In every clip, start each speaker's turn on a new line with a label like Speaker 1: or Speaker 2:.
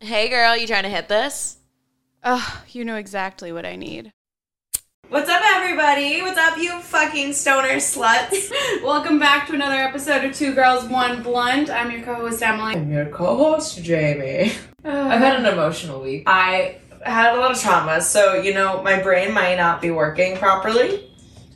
Speaker 1: Hey girl, you trying to hit this?
Speaker 2: Oh, you know exactly what I need.
Speaker 1: What's up, everybody? What's up, you fucking stoner sluts?
Speaker 2: Welcome back to another episode of Two Girls One Blunt. I'm your co-host Emily.
Speaker 3: I'm your co-host, Jamie. I've
Speaker 2: Uh,
Speaker 3: had an emotional week. I had a lot of trauma, so you know my brain might not be working properly.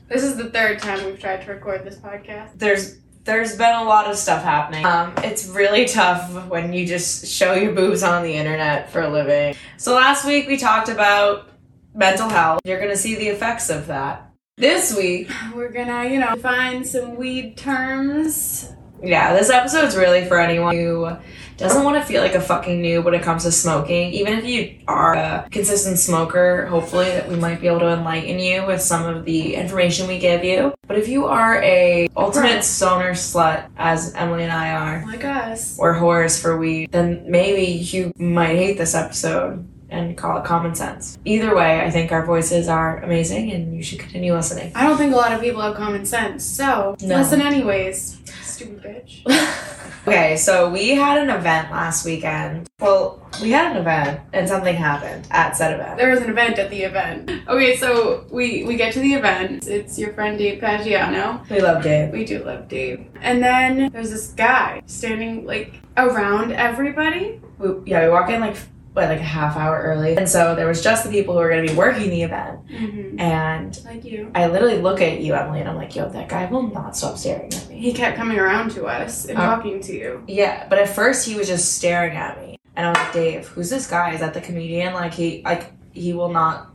Speaker 2: this is the third time we've tried to record this podcast.
Speaker 3: There's there's been a lot of stuff happening. Um, it's really tough when you just show your boobs on the internet for a living. So last week we talked about mental health. You're gonna see the effects of that this week.
Speaker 2: We're gonna, you know, find some weed terms.
Speaker 3: Yeah, this episode's really for anyone who doesn't want to feel like a fucking noob when it comes to smoking. Even if you are a consistent smoker, hopefully that we might be able to enlighten you with some of the information we give you. But if you are a ultimate stoner slut, as Emily and I are,
Speaker 2: Like us.
Speaker 3: or whores for weed, then maybe you might hate this episode and call it common sense. Either way, I think our voices are amazing and you should continue listening.
Speaker 2: I don't think a lot of people have common sense, so
Speaker 3: No.
Speaker 2: listen anyways. Stupid bitch.
Speaker 3: okay, so we had an event last weekend. Well, we had an event and something happened at said event.
Speaker 2: There was an event at the event. Okay, so we we get to the event. It's your friend Dave Pagiano.
Speaker 3: We loved it.
Speaker 2: We do love Dave. And then there's this guy standing like around everybody.
Speaker 3: We, yeah, we walk in like what, like a half hour early, and so there was just the people who were going to be working the event.
Speaker 2: Mm-hmm.
Speaker 3: And
Speaker 2: Like you.
Speaker 3: I literally look at you, Emily, and I'm like, yo, that guy will not stop staring at me.
Speaker 2: He kept coming around to us and
Speaker 3: Oh.
Speaker 2: talking to you.
Speaker 3: Yeah, but at first he was just staring at me, and I was like, Dave, who's this guy? Is that the comedian? Like he, like he will not,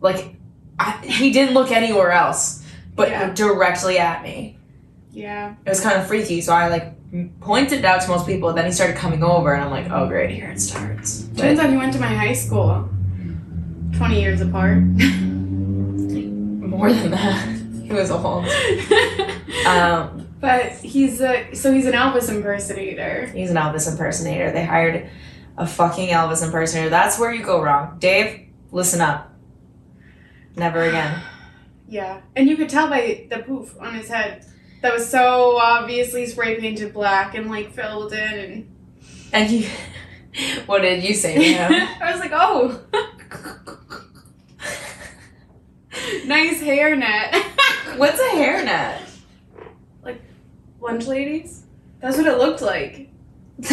Speaker 3: like, I, he didn't look anywhere else, but
Speaker 2: Yeah.
Speaker 3: directly at me.
Speaker 2: Yeah.
Speaker 3: it was kind of freaky. So I like m- pointed it out to most people. Then he started coming over, and I'm like, oh great, here it starts.
Speaker 2: Turns
Speaker 3: But
Speaker 2: out he went to my high school. 20 years apart.
Speaker 3: more than that, he was a whole. Um,
Speaker 2: but he's a so he's an Elvis impersonator.
Speaker 3: he's an Elvis impersonator. They hired a fucking Elvis impersonator. That's where you go wrong, Dave. Listen up. Never again.
Speaker 2: Yeah. And you could tell by the poof on his head. That was so obviously spray painted black and like filled in and
Speaker 3: And you, what did you say to him?
Speaker 2: I was like, oh. nice hairnet.
Speaker 3: What's a hairnet?
Speaker 2: Lunch ladies? That's what it looked like.
Speaker 3: you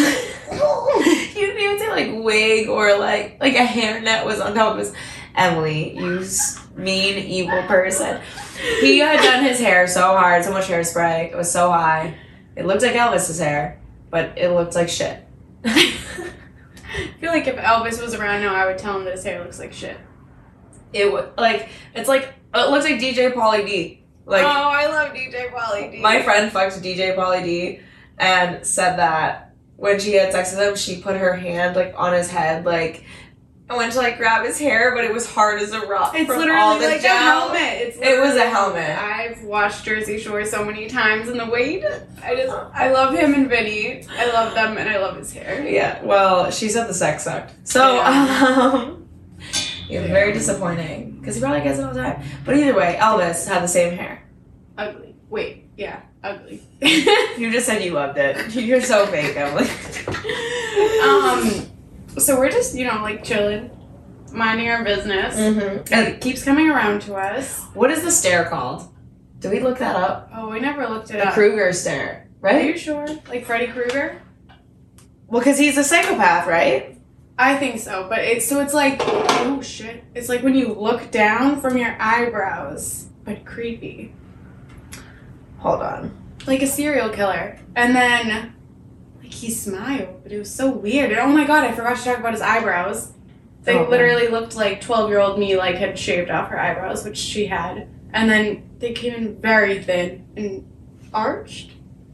Speaker 3: didn't even say like wig or like like a hairnet was on top of his Emily, you s- mean evil person. He had done his hair so hard, so much hairspray. It was so high. It looked like Elvis's hair, but it looked like shit.
Speaker 2: I feel like if Elvis was around now, I would tell him that his hair looks like shit.
Speaker 3: it was like it's like it looks like DJ Pauly D. Like
Speaker 2: oh, I love DJ Polly D.
Speaker 3: my friend fucked DJ Pauly D and said that when she had sex with him, she put her hand like on his head, like I went to like grab his hair, but it was hard as a rock.
Speaker 2: it's
Speaker 3: from
Speaker 2: literally
Speaker 3: all the
Speaker 2: like
Speaker 3: gel.
Speaker 2: a helmet. It's
Speaker 3: It was a
Speaker 2: literally-
Speaker 3: helmet.
Speaker 2: I've watched Jersey Shore so many times, and the Wade. I just, I love him and Vinny. I love them, and I love his hair.
Speaker 3: Yeah. Well, she said the sex sucked. So um, yeah,
Speaker 2: Yeah.
Speaker 3: very disappointing because he probably gets it all the time. But either way, Elvis had the same hair.
Speaker 2: Ugly. Wait, yeah, ugly.
Speaker 3: You just said you loved it. You're so fake, Emily.
Speaker 2: um, so we're just, you know, like chilling, minding our business.
Speaker 3: Mm-hmm.
Speaker 2: And it keeps coming around to us.
Speaker 3: What is the stare called? Do we look that up?
Speaker 2: Oh, we never looked it
Speaker 3: The
Speaker 2: up.
Speaker 3: Krueger stare,
Speaker 2: Are
Speaker 3: right?
Speaker 2: you sure? Like Freddy Krueger?
Speaker 3: Well, because he's a psychopath, right?
Speaker 2: I think so, but it's so it's like oh shit. It's like when you look down from your eyebrows, but creepy,
Speaker 3: Hold on.
Speaker 2: like a serial killer. And then like he smiled, but it was so weird. And oh my god, I forgot to talk about his eyebrows. They
Speaker 3: Oh.
Speaker 2: literally looked like twelve-year-old me, like had shaved off her eyebrows, which she had. And then they came in very thin and arched.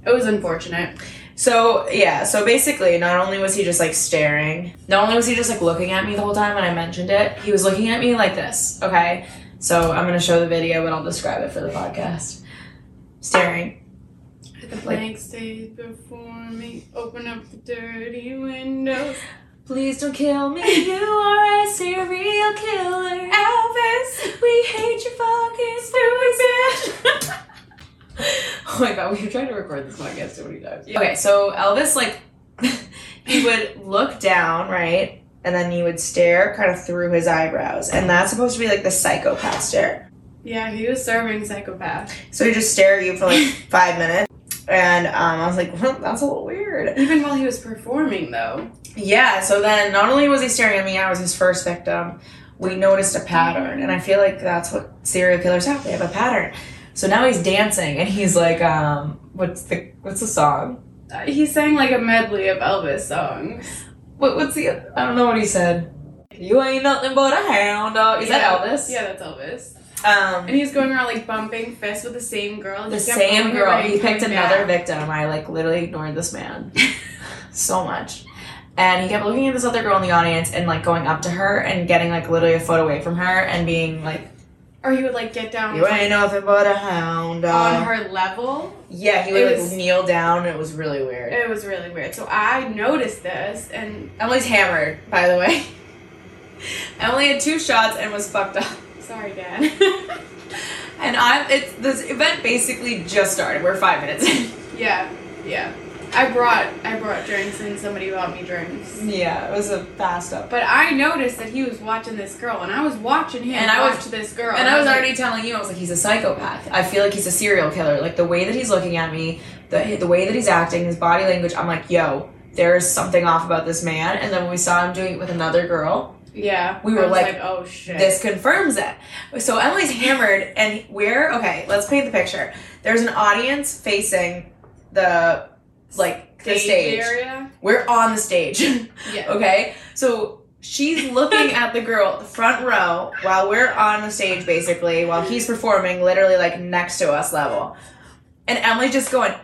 Speaker 2: It was unfortunate.
Speaker 3: So yeah, so basically, not only was he just like staring, not only was he just like looking at me the whole time when I mentioned it, he was looking at me like this. Okay, so I'm gonna show the video, but I'll describe it for the podcast. Staring.
Speaker 2: The blank stays before me. Open up the dirty windows.
Speaker 3: Please don't kill me. You are a serial killer, Elvis. We hate your fucking stupid bitch. oh my god, we've tried to record this podcast so many times. Okay, so Elvis like you would look down, right? And then you would stare kind of through his eyebrows. And that's supposed to be like the psychopath stare.
Speaker 2: Yeah, he was serving psychopath.
Speaker 3: So he just stare at you for like five minutes. And um, I was like, well, that's a little weird.
Speaker 2: Even while he was performing, though.
Speaker 3: Yeah, so then not only was he staring at me, I was his first victim. We noticed a pattern. And I feel like that's what serial killers have. They have a pattern. So now he's dancing and he's like, um, what's the what's the song?
Speaker 2: Uh, he sang like a medley of Elvis songs.
Speaker 3: What, what's the? I don't know what he said. You ain't nothing but a hound dog. Is
Speaker 2: Yeah.
Speaker 3: that Elvis?
Speaker 2: Yeah, that's Elvis. And
Speaker 3: Um,
Speaker 2: he's going around like bumping fists with the same girl. and
Speaker 3: the
Speaker 2: he kept
Speaker 3: same
Speaker 2: going
Speaker 3: girl.
Speaker 2: around
Speaker 3: He picked
Speaker 2: coming
Speaker 3: another
Speaker 2: back.
Speaker 3: victim. I like literally ignored this man so much, and he kept looking at this other girl in the audience and like going up to her and getting like literally a foot away from her and being like,
Speaker 2: Or he would like get down
Speaker 3: "You ain't nothing but a hound
Speaker 2: on
Speaker 3: dog."
Speaker 2: her level.
Speaker 3: Yeah, he
Speaker 2: It
Speaker 3: would
Speaker 2: was-
Speaker 3: like kneel down. and It was really weird.
Speaker 2: It was really weird. So I noticed this, and
Speaker 3: Emily's hammered, by the way. Emily had two shots and was fucked up.
Speaker 2: sorry, Dad.
Speaker 3: And I'm it's this event basically just started. We're five minutes in.
Speaker 2: yeah, yeah. I brought I brought drinks, and somebody bought me drinks.
Speaker 3: yeah, it was a fast up.
Speaker 2: But I noticed that he was watching this girl, and I was watching him.
Speaker 3: And I was-
Speaker 2: watch this girl,
Speaker 3: And I was
Speaker 2: like,
Speaker 3: already telling you, I was like, he's a psychopath. I feel like he's a serial killer. Like the way that he's looking at me, the the way that he's acting, his body language, I'm like, yo, there's something off about this man. And then when we saw him doing it with another girl,
Speaker 2: yeah.
Speaker 3: we
Speaker 2: I
Speaker 3: were
Speaker 2: was
Speaker 3: like,
Speaker 2: oh shit.
Speaker 3: this confirms it. So Emily's hammered, and we're okay. Let's paint the picture. There's an audience facing the like the stage.
Speaker 2: area.
Speaker 3: We're on the stage.
Speaker 2: Yeah.
Speaker 3: Okay, so she's looking at the girl, the front row, while we're on the stage, basically, while he's performing, literally like next to us level. And Emily just going,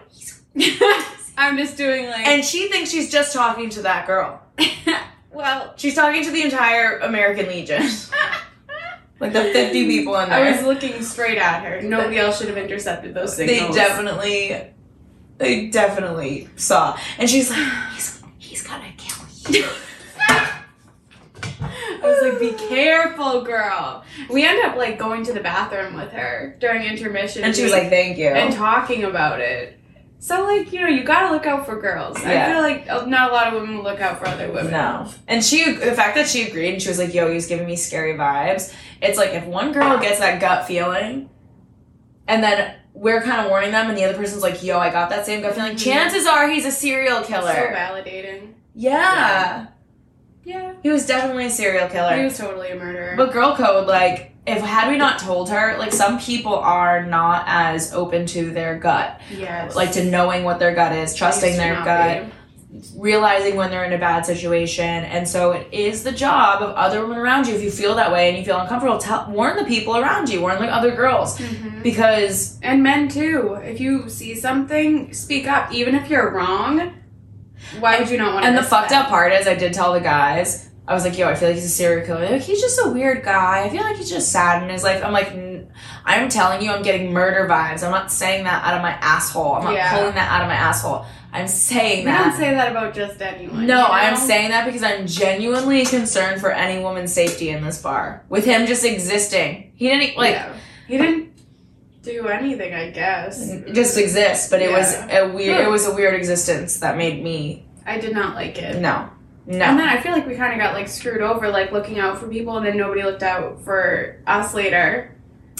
Speaker 2: I'm just doing like.
Speaker 3: and she thinks she's just talking to that girl.
Speaker 2: well,
Speaker 3: She's talking to the entire American Legion, like the fifty people in there.
Speaker 2: I was looking straight at her. Nobody else should have intercepted those
Speaker 3: they
Speaker 2: signals.
Speaker 3: definitely, they definitely saw. And she's like, he's, he's gonna kill you.
Speaker 2: I was like, "Be careful, girl." We end up like going to the bathroom with her during intermission,
Speaker 3: And she was like, thank you.
Speaker 2: and talking about it. So like you know you gotta look out for girls.
Speaker 3: Yeah.
Speaker 2: I feel like uh, not a lot of women look out for other women.
Speaker 3: No. And she, the fact that she agreed and she was like, yo, he was giving me scary vibes. It's like if one girl gets that gut feeling and then we're kind of warning them and the other person's like, yo, I got that same gut feeling,
Speaker 2: Mhm.
Speaker 3: chances are he's a serial
Speaker 2: so
Speaker 3: killer.
Speaker 2: validating.
Speaker 3: yeah.
Speaker 2: Yeah,
Speaker 3: He was definitely a serial
Speaker 2: he
Speaker 3: killer.
Speaker 2: was totally a murderer.
Speaker 3: But girl code, like, if had we not told her, like some people are not as open to their gut,
Speaker 2: yes,
Speaker 3: like to knowing what their gut is, trusting
Speaker 2: Used to
Speaker 3: their
Speaker 2: not
Speaker 3: gut,
Speaker 2: be.
Speaker 3: realizing when they're in a bad situation and so it is the job of other women around you if you feel that way and you feel uncomfortable tell, warn the people around you warn the other girls
Speaker 2: Mhm.
Speaker 3: because
Speaker 2: And men too. If you see something, speak up. Even if you're wrong, why would you not want to?
Speaker 3: and the fucked up part is i did tell the guys i was like yo i feel like he's a serial killer They're like, he's just a weird guy i feel like he's just sad in his life i'm like "N- i'm telling you i'm getting murder vibes i'm not saying that out of my asshole i'm not
Speaker 2: Yeah.
Speaker 3: pulling that out of my asshole i'm saying
Speaker 2: We
Speaker 3: that
Speaker 2: don't say that about just anyone.
Speaker 3: No,
Speaker 2: you know?
Speaker 3: I'm saying that because I'm genuinely concerned for any woman's safety in this bar. With him just existing, he didn't e-, like
Speaker 2: Yeah. he didn't do anything. I guess
Speaker 3: just exist, but it was a weird.
Speaker 2: Yeah.
Speaker 3: It was a weird existence that made me
Speaker 2: I did not like it.
Speaker 3: no,
Speaker 2: And
Speaker 3: no.
Speaker 2: then I feel like we kind of got like screwed over, like looking out for people, and then nobody looked out for us later.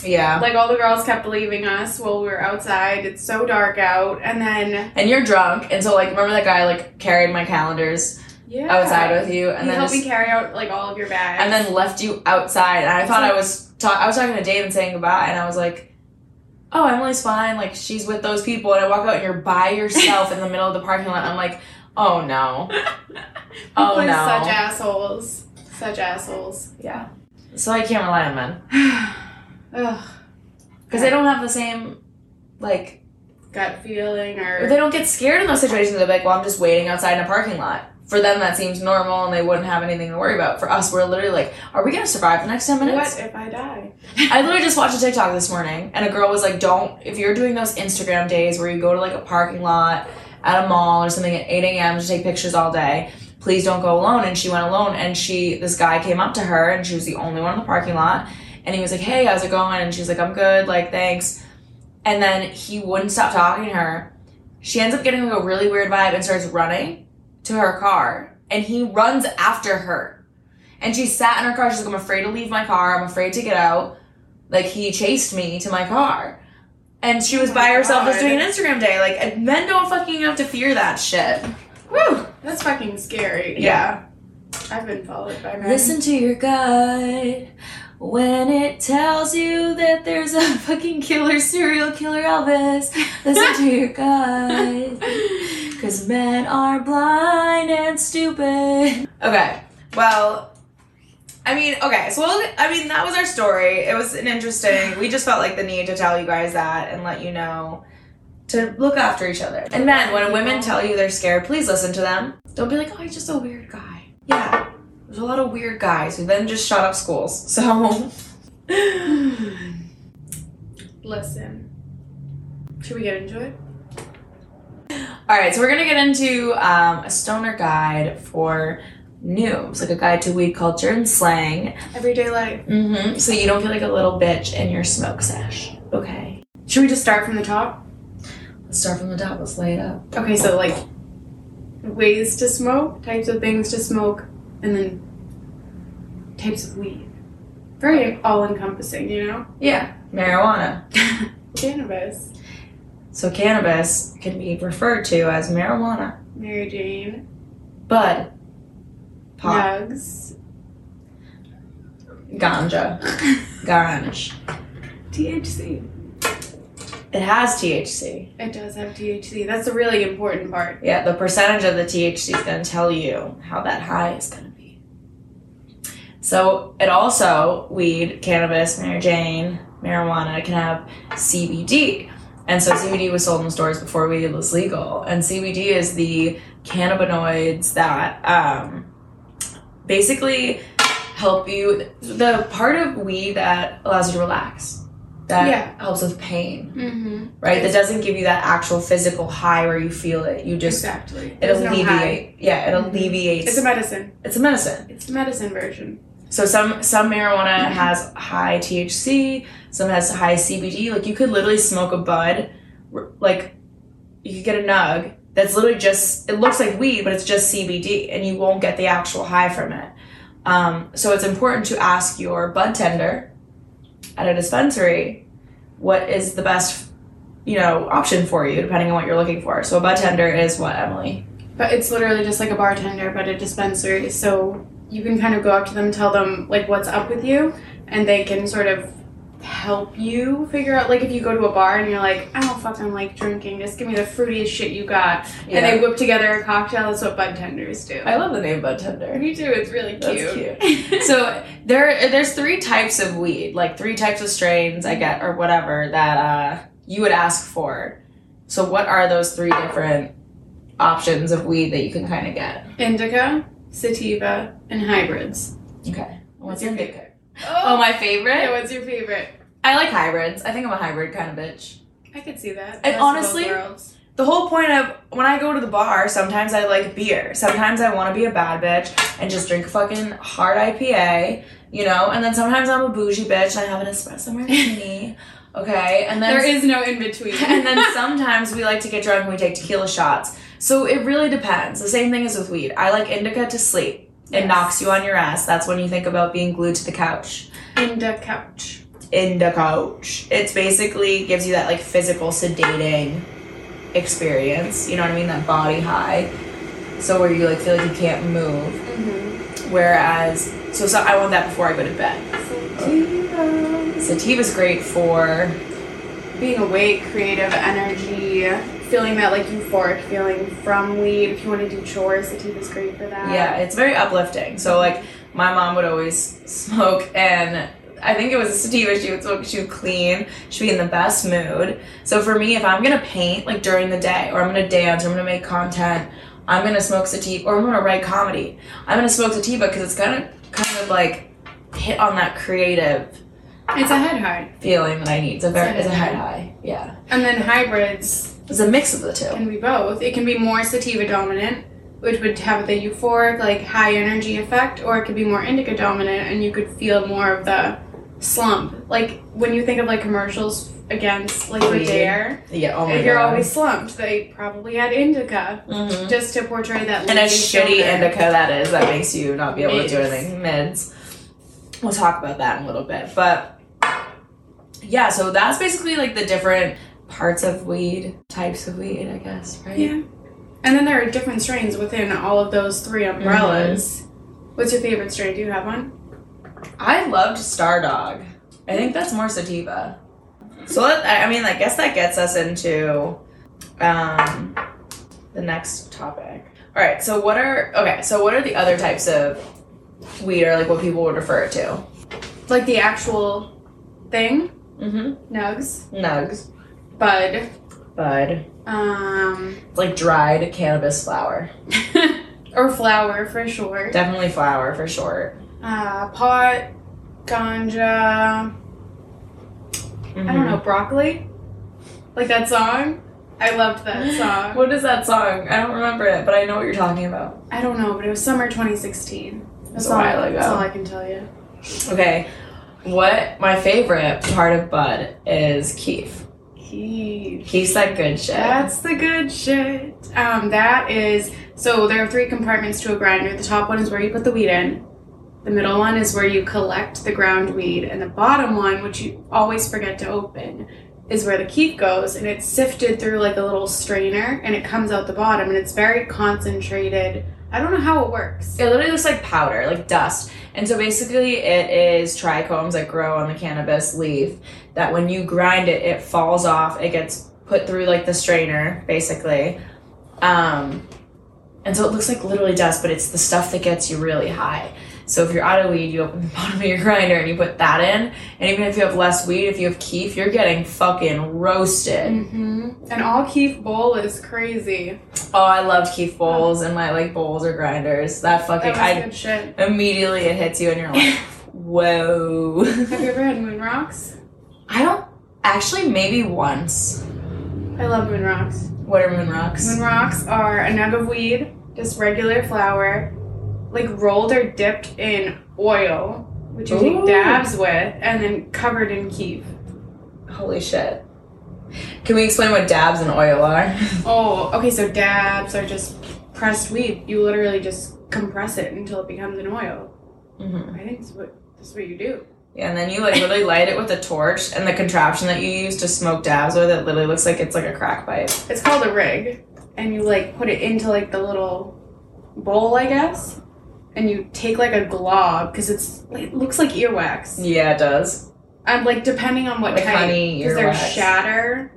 Speaker 3: Yeah,
Speaker 2: Like all the girls kept leaving us while we were outside. It's so dark out, and then
Speaker 3: and you're drunk, and so like remember that guy like carried my calendars
Speaker 2: yeah,
Speaker 3: outside with you, and
Speaker 2: he
Speaker 3: then
Speaker 2: helped
Speaker 3: just,
Speaker 2: me carry out like all of your bags,
Speaker 3: and then left you outside, and I thought I
Speaker 2: like-
Speaker 3: was talk- I was talking to Dave and saying goodbye, and I was like. Oh, Emily's fine. Like she's with those people, and I walk out, and you're by yourself in the middle of the parking lot. And I'm like, oh no.
Speaker 2: People
Speaker 3: Oh,
Speaker 2: are
Speaker 3: no.
Speaker 2: such assholes, such assholes.
Speaker 3: Yeah. So I can't rely on men
Speaker 2: Ugh,
Speaker 3: because they don't have the same, like,
Speaker 2: gut feeling or
Speaker 3: they don't get scared in those situations. They're like, well, I'm just waiting outside in a parking lot. For them, that seems normal, and they wouldn't have anything to worry about. For us, we're literally like, are we gonna survive the next ten minutes?
Speaker 2: what if I die?
Speaker 3: I literally just watched a TikTok this morning, and a girl was like, don't if you're doing those Instagram days where you go to like a parking lot at a mall or something at 8 a.m. to take pictures all day. Please don't go alone. And she went alone, and she this guy came up to her, and she was the only one in the parking lot. and he was like, "Hey, how's it going?" And she's like, "I'm good, like thanks." And then he wouldn't stop talking to her. She ends up getting like a really weird vibe and starts running to her car and he runs after her. And she sat in her car. She's like, I'm afraid to leave my car. I'm afraid to get out. Like, he chased me to my car. And she was
Speaker 2: Oh my
Speaker 3: by herself just
Speaker 2: God.
Speaker 3: doing an Instagram day. Like, and men don't fucking have to fear that shit.
Speaker 2: Woo! That's fucking scary. Yeah. I've been followed by men.
Speaker 3: Listen to your gut when it tells you that there's a fucking killer serial killer Elvis. Listen to your gut. Because men are blind and stupid. Okay, well, I mean, okay, so we'll, I mean, that was our story. It was an interesting, we just felt like the need to tell you guys that and let you know to look after each other. And men, when women tell you they're scared, please listen to them. Don't be like, oh, he's just a weird guy. Yeah, there's a lot of weird guys who then just shut up schools. So,
Speaker 2: Listen. Should we get into it?
Speaker 3: All right, so we're gonna get into um, a stoner guide for noobs, like a guide to weed culture and slang,
Speaker 2: Everyday life.
Speaker 3: mm-hmm. so you don't feel like a little bitch in your smoke sesh. Okay,
Speaker 2: Should we just start from the top?
Speaker 3: let's start from the top. Let's lay it up.
Speaker 2: Okay, so like ways to smoke, types of things to smoke, and then types of weed. Very all encompassing, you know?
Speaker 3: Yeah, marijuana.
Speaker 2: Cannabis.
Speaker 3: So cannabis can be referred to as marijuana,
Speaker 2: Mary Jane.
Speaker 3: bud, pot,
Speaker 2: Nugs.
Speaker 3: ganja, ganj.
Speaker 2: THC.
Speaker 3: It has THC.
Speaker 2: It does have THC. That's a really important part.
Speaker 3: Yeah, the percentage of the THC is going to tell you how that high is going to be. So it also weed, cannabis, Mary Jane, marijuana can have CBD, and so CBD was sold in stores before weed was legal, and CBD is the cannabinoids that um, basically help you. The part of weed that allows you to relax, that
Speaker 2: Yeah.
Speaker 3: helps with pain,
Speaker 2: Mm-hmm.
Speaker 3: right? That doesn't give you that actual physical high where you feel it. You just
Speaker 2: Exactly.
Speaker 3: it
Speaker 2: There's no high.
Speaker 3: alleviates. yeah, it
Speaker 2: Mhm.
Speaker 3: alleviates.
Speaker 2: It's a medicine.
Speaker 3: medicine.
Speaker 2: It's the medicine version.
Speaker 3: So some some marijuana
Speaker 2: Mm-hmm.
Speaker 3: has high THC, some has high CBD. Like you could literally smoke a bud, r- like you could get a nug that's literally just it looks like weed, but it's just CBD, and you won't get the actual high from it. Um, so it's important to ask your bud tender at a dispensary what is the best, you know, option for you depending on what you're looking for. So a bud tender is what Emily.
Speaker 2: But it's literally just like a bartender, but a dispensary. So you can kind of go up to them, tell them like what's up with you, and they can sort of help you figure out. Like if you go to a bar and you're like, I don't fucking like drinking, just give me the fruitiest shit you got, and they whip together a cocktail. That's what bud tenders do.
Speaker 3: I love the name bud tender.
Speaker 2: Me too. It's really
Speaker 3: That's
Speaker 2: cute.
Speaker 3: so there, there's three types of weed, like three types of strains, I get, or whatever that uh, you would ask for. So what are those three different options of weed that you can kind of get?
Speaker 2: Indica, sativa, and hybrids.
Speaker 3: Okay,
Speaker 2: What's
Speaker 3: what's your
Speaker 2: your
Speaker 3: favorite? Oh, my favorite.
Speaker 2: yeah, what's your favorite?
Speaker 3: I like hybrids. I think I'm a hybrid kind of bitch.
Speaker 2: I could see that.
Speaker 3: And
Speaker 2: Best of both
Speaker 3: honestly,
Speaker 2: worlds.
Speaker 3: the whole point of when I go to the bar, sometimes I like beer. Sometimes I want to be a bad bitch and just drink fucking hard IPA, you know? And then sometimes I'm a bougie bitch and I have an espresso martini, okay? And then
Speaker 2: there is no in between.
Speaker 3: and then sometimes we like to get drunk and we take tequila shots. So it really depends. The same thing is with weed. I like indica to sleep. It
Speaker 2: Yes.
Speaker 3: knocks you on your ass. That's when you think about being glued to the couch.
Speaker 2: Indica couch.
Speaker 3: Indica couch. It's basically gives you that like physical sedating experience. You know what I mean? That body high. So where you like feel like you can't move.
Speaker 2: Mm-hmm.
Speaker 3: Whereas so so I want that before I go to bed. Sativa's great for
Speaker 2: Being awake, creative energy, feeling that like euphoric feeling from weed. If you want to do chores, sativa's great for that.
Speaker 3: Yeah, it's very uplifting. So like my mom would always smoke and I think it was a sativa she would smoke, she would clean, she'd be in the best mood. So for me, if I'm gonna paint like during the day or I'm gonna dance or I'm gonna make content, I'm gonna smoke sativa or I'm gonna write comedy. I'm gonna smoke sativa because it's gonna kind of like hit on that creative
Speaker 2: It's a head high.
Speaker 3: feeling that I need. It's a very
Speaker 2: It's
Speaker 3: it's
Speaker 2: a
Speaker 3: a head high. Yeah.
Speaker 2: And then hybrids
Speaker 3: It's a mix of the two.
Speaker 2: can be both. It can be more sativa dominant, which would have the euphoric, like high energy effect, or it could be more indica dominant and you could feel more of the slump. Like when you think of like commercials against like the
Speaker 3: Weed.
Speaker 2: dare.
Speaker 3: Yeah, oh my
Speaker 2: If you're
Speaker 3: God.
Speaker 2: always slumped, they probably had indica
Speaker 3: Mhm.
Speaker 2: just to portray that.
Speaker 3: And a
Speaker 2: lazy
Speaker 3: shitty
Speaker 2: stoner.
Speaker 3: indica that is that makes you not be able to do
Speaker 2: Mids.
Speaker 3: anything. Mids. We'll talk about that in a little bit, but yeah, so that's basically like the different parts of weed, types of weed, I guess, right?
Speaker 2: Yeah. And then there are different strains within all of those three umbrellas.
Speaker 3: Mm-hmm.
Speaker 2: What's your favorite strain? Do you have one?
Speaker 3: I loved Stardog. I think that's more sativa. So let, I I mean, I guess that gets us into um, the next topic. All right. So what are okay? So what are the other types of weed, or like what people would refer it to?
Speaker 2: Like the actual thing,
Speaker 3: Mm-hmm.
Speaker 2: nugs,
Speaker 3: Nugs,
Speaker 2: bud.
Speaker 3: bud,
Speaker 2: Um,
Speaker 3: like dried cannabis flower.
Speaker 2: or flower for sure.
Speaker 3: Definitely flower for short.
Speaker 2: Uh, pot, ganja. I
Speaker 3: Mm-hmm.
Speaker 2: don't know broccoli. Like that song. I loved that song.
Speaker 3: What is that song? I don't remember it, but I know what you're talking about.
Speaker 2: I don't know, but it was summer 2016. That's
Speaker 3: It's a
Speaker 2: all-
Speaker 3: while ago.
Speaker 2: That's all I can tell you.
Speaker 3: Okay. What my favorite part of bud is Keef.
Speaker 2: Heat.
Speaker 3: Keeps that good shit.
Speaker 2: That's the good shit. Um, that is so. There are three compartments to a grinder. The top one is where you put the weed in. The middle one is where you collect the ground weed, and the bottom one, which you always forget to open, is where the keef goes, and it's sifted through like a little strainer, and it comes out the bottom, and it's very concentrated. I don't know how it works.
Speaker 3: It literally looks like powder, like dust. And so basically, it is trichomes that grow on the cannabis leaf that when you grind it, it falls off. It gets put through like the strainer, basically. Um, and so it looks like literally dust, but it's the stuff that gets you really high. So if you're out of weed, you open the bottom of your grinder and you put that in. And even if you have less weed, if you have keef, you're getting fucking roasted.
Speaker 2: hmm And all keef bowl is crazy.
Speaker 3: Oh, I loved keef bowls and my like bowls or grinders. That fucking
Speaker 2: That was
Speaker 3: I
Speaker 2: good shit.
Speaker 3: immediately it hits you and you're like, whoa.
Speaker 2: Have you ever had moon rocks?
Speaker 3: I don't actually maybe once.
Speaker 2: I love moon rocks.
Speaker 3: What are moon rocks?
Speaker 2: Moon rocks are a nug of weed, just regular flour, like rolled or dipped in oil, which you
Speaker 3: Ooh.
Speaker 2: take dabs with, and then covered in keef.
Speaker 3: Holy shit. Can we explain what dabs and oil are?
Speaker 2: Oh, okay, so dabs are just pressed weed. You literally just compress it until it becomes an oil.
Speaker 3: Mm-hmm.
Speaker 2: I think that's what, that's what you do.
Speaker 3: Yeah, and then you like literally light it with a torch, and the contraption that you use to smoke dabs with it literally looks like it's like a crack pipe.
Speaker 2: It's called a rig, and you like put it into like the little bowl, I guess, and you take like a glob because it's it looks like earwax.
Speaker 3: Yeah, it does.
Speaker 2: Um, like depending on what
Speaker 3: Like
Speaker 2: type,
Speaker 3: honey,
Speaker 2: because there's
Speaker 3: earwax.
Speaker 2: shatter.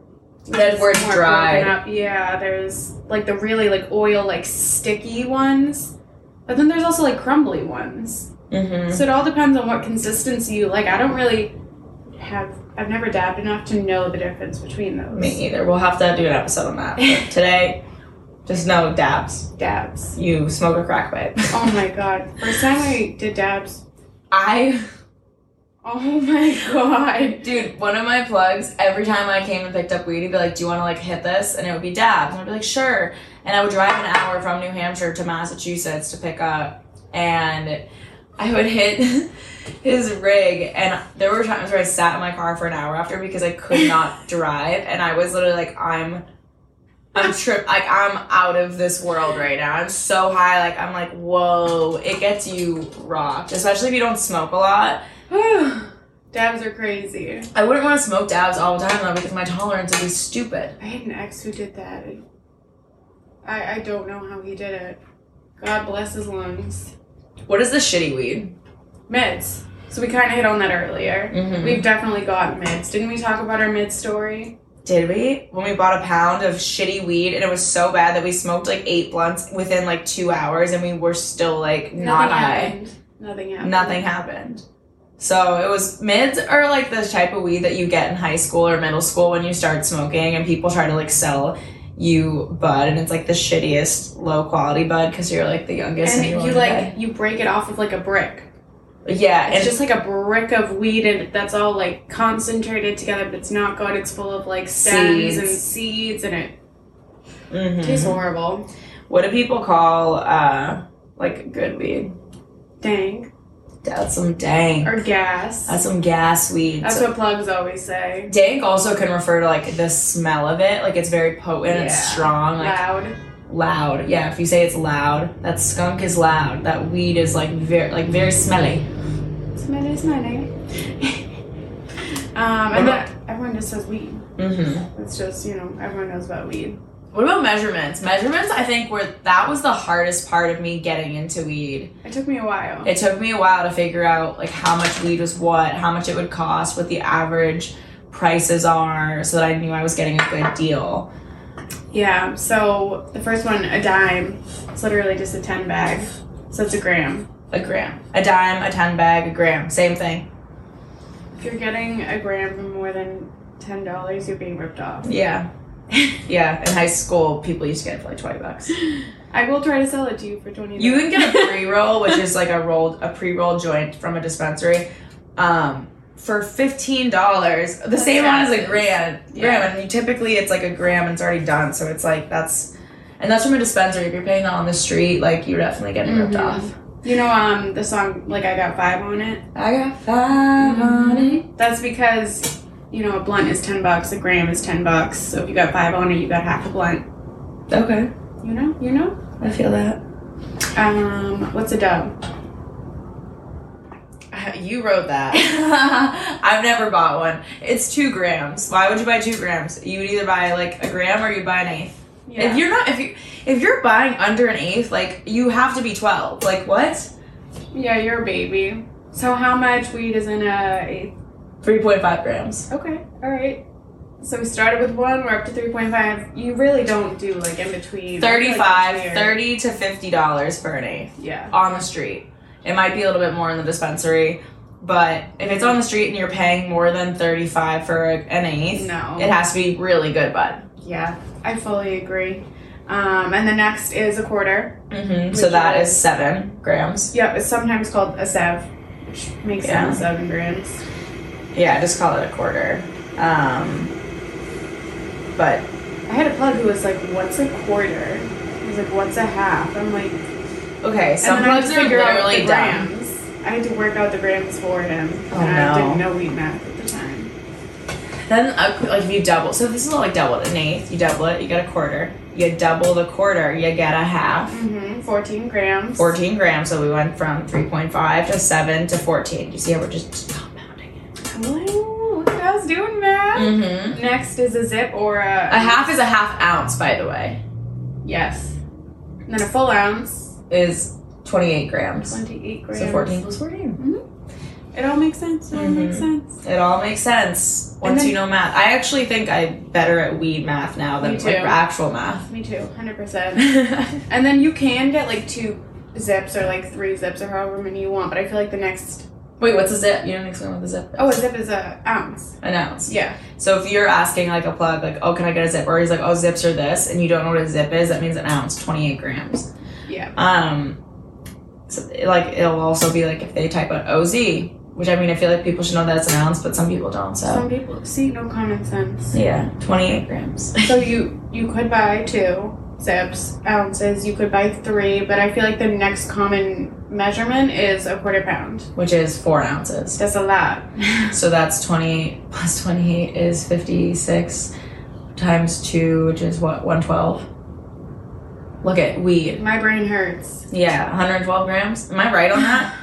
Speaker 2: which
Speaker 3: That
Speaker 2: is
Speaker 3: word's
Speaker 2: more
Speaker 3: dry.
Speaker 2: broken up. Yeah, there's like the really like oil like sticky ones, but then there's also like crumbly ones.
Speaker 3: Mm-hmm.
Speaker 2: So it all depends on what consistency you like. I don't really have. I've never dabbed enough to know the difference between those
Speaker 3: Me either. We'll have to do an episode on that. But today, just no dabs.
Speaker 2: dabs.
Speaker 3: You smoke a crack pipe.
Speaker 2: Oh my god! First time I did dabs.
Speaker 3: I
Speaker 2: Oh my god!
Speaker 3: Dude, one of my plugs, every time I came and picked up weed, he'd be like, Do you want to like hit this? And it would be dabs. And I'd be like, Sure. And I would drive an hour from New Hampshire to Massachusetts to pick up. And I would hit his rig. And there were times where I sat in my car for an hour after because I could not drive. And I was literally like, I'm. I'm trip like I'm out of this world right now. I'm so high, like I'm like, whoa, it gets you rocked. Especially if you don't smoke a lot.
Speaker 2: Whew. dabs are crazy.
Speaker 3: I wouldn't want to smoke dabs all the time though because my tolerance would be stupid.
Speaker 2: I had an ex who did that. I, I don't know how he did it. God bless his lungs.
Speaker 3: What is the shitty weed?
Speaker 2: Mids. So we kind of hit on that earlier.
Speaker 3: Mm-hmm.
Speaker 2: We've definitely got mids. Didn't we talk about our mid story?
Speaker 3: Did we? When we bought a pound of shitty weed and it was so bad that we smoked like eight blunts within like two hours and we were still like not
Speaker 2: Nothing
Speaker 3: high.
Speaker 2: happened. Nothing happened.
Speaker 3: Nothing happened. So it was mids are like the type of weed that you get in high school or middle school when you start smoking and people try to like sell you bud and it's like the shittiest low quality bud because you're like the youngest and,
Speaker 2: And you
Speaker 3: wanna
Speaker 2: like you break it off with like a brick.
Speaker 3: die. yeah
Speaker 2: It's
Speaker 3: and
Speaker 2: just like a brick of weed, and that's all like concentrated together, but it's not good. It's full of like stems and
Speaker 3: Seeds.
Speaker 2: seeds, and it
Speaker 3: Mhm.
Speaker 2: tastes horrible.
Speaker 3: What do people call uh like good weed?
Speaker 2: Dang.
Speaker 3: That's some dank.
Speaker 2: or gas.
Speaker 3: That's some gas weed.
Speaker 2: That's
Speaker 3: So-
Speaker 2: what plugs always say.
Speaker 3: dank also can refer to like the smell of it. Like it's very potent.
Speaker 2: Yeah.
Speaker 3: It's strong. Like
Speaker 2: Loud.
Speaker 3: loud. Yeah, if you say it's loud, that skunk is loud. That weed is like very like very smelly.
Speaker 2: Somebody is my name. um,
Speaker 3: What
Speaker 2: and
Speaker 3: about-
Speaker 2: that, everyone just says weed.
Speaker 3: Mm-hmm.
Speaker 2: It's just you know everyone knows about weed.
Speaker 3: What about measurements? Measurements, I think, were that was the hardest part of me getting into weed.
Speaker 2: It took me a while.
Speaker 3: It took me a while to figure out like how much weed was what, how much it would cost, what the average prices are, so that I knew I was getting a good deal.
Speaker 2: Yeah, so the first one, a dime. It's literally just a 10 bag. So it's a gram.
Speaker 3: A gram, a dime, a ten bag, a gram, same thing.
Speaker 2: If you're getting a gram for more than $10, you're being ripped off.
Speaker 3: Yeah, yeah. In high school, people used to get it for like twenty bucks.
Speaker 2: I will try to sell it to you for 20
Speaker 3: You can get a pre-roll, which is like a rolled a pre-roll joint from a dispensary, um, for fifteen dollars. The
Speaker 2: That's
Speaker 3: same amount as a
Speaker 2: taxes.
Speaker 3: gram.
Speaker 2: Yeah.
Speaker 3: Gram, and you typically it's like a gram and it's already done, so it's like that's, and that's from a dispensary. If you're paying that on the street, like you're definitely getting ripped
Speaker 2: Mhm.
Speaker 3: off.
Speaker 2: You know, um, the song, like, I Got Five on it?
Speaker 3: I got 5 on it.
Speaker 2: That's because, you know, a blunt is 10 bucks, a gram is 10 bucks. So if you got five on it, you got half a blunt.
Speaker 3: Okay,
Speaker 2: You know? You know?
Speaker 3: I feel that.
Speaker 2: Um, what's a dub?
Speaker 3: You wrote that. I've never bought one. It's two grams. Why would you buy two grams? You would either buy like a gram or you would buy an eighth.
Speaker 2: Yeah.
Speaker 3: If you're not if you if you're buying under an eighth, like you have to be twelve. Like what?
Speaker 2: yeah, you're a baby. So how much weed is in a eighth?
Speaker 3: Three point five grams.
Speaker 2: Okay, all right. So we started with one, we're up to 3.5. You really don't do like in between. I feel like that's
Speaker 3: 35,
Speaker 2: weird.
Speaker 3: 30 to fifty dollars for an eighth
Speaker 2: Yeah.
Speaker 3: on the street. It might be a little bit more in the dispensary, but if it's on the street and you're paying more than thirty five for a- an eighth,
Speaker 2: No.
Speaker 3: it has to be really good bud.
Speaker 2: yeah, I fully agree. Um, and the next is a quarter.
Speaker 3: hmm So that is seven grams.
Speaker 2: Yep, it's sometimes called a sev, which makes
Speaker 3: Yeah.
Speaker 2: sense, seven grams.
Speaker 3: Yeah, just call it a quarter. Um, but
Speaker 2: I had a plug who was like, what's a quarter? He was like, what's a half? I'm like,
Speaker 3: okay, some
Speaker 2: and then I had
Speaker 3: plugs
Speaker 2: to
Speaker 3: are
Speaker 2: figure out
Speaker 3: literally
Speaker 2: the
Speaker 3: dumb.
Speaker 2: grams. I had to work out the grams for him.
Speaker 3: Oh,
Speaker 2: and
Speaker 3: no.
Speaker 2: I didn't know weed math at the time.
Speaker 3: Then uh, like if you double, so this is all like double it, an eighth. You double it, you get a quarter. You double the quarter, you get a half.
Speaker 2: Mm-hmm, 14 grams.
Speaker 3: Fourteen grams. So we went from three point five to seven to fourteen. You see how we're just compounding it.
Speaker 2: Ooh, look at us doing math.
Speaker 3: Mm-hmm.
Speaker 2: Next is a zip or Mm. a,
Speaker 3: A half is a half ounce, by the way,
Speaker 2: Yes. And then a full ounce,
Speaker 3: is twenty eight grams.
Speaker 2: 28 grams.
Speaker 3: So fourteen plus fourteen.
Speaker 2: It all makes sense. It all makes sense.
Speaker 3: It all makes sense once
Speaker 2: then-
Speaker 3: you know math. I actually think I'm better at weed math now than
Speaker 2: Me
Speaker 3: like
Speaker 2: too.
Speaker 3: actual math.
Speaker 2: Me too, 100%. And then you can get like two zips or like three zips or however many you want, but I feel like the next.
Speaker 3: Wait, what's a zip? You didn't explain what the zip is.
Speaker 2: Oh, a zip is a ounce.
Speaker 3: an ounce.
Speaker 2: Yeah.
Speaker 3: So if you're asking like a plug, like, oh, can I get a zip? Or he's like, oh, zips are this, and you don't know what a zip is, that means an ounce, 28 grams.
Speaker 2: Yeah.
Speaker 3: Um, so, like it'll also be like if they type out OZ, which I mean, I feel like people should know that it's an ounce, but some people don't. So
Speaker 2: Some people see no common sense.
Speaker 3: yeah, 28 grams.
Speaker 2: so you you could buy two zips, ounces. You could buy three, but I feel like the next common measurement is a quarter pound.
Speaker 3: which is four ounces.
Speaker 2: That's a lot.
Speaker 3: So that's 28 plus 28 is 56 times two, which is what 112. Look at weed.
Speaker 2: My brain hurts.
Speaker 3: Yeah, 112 grams. Am I right on that?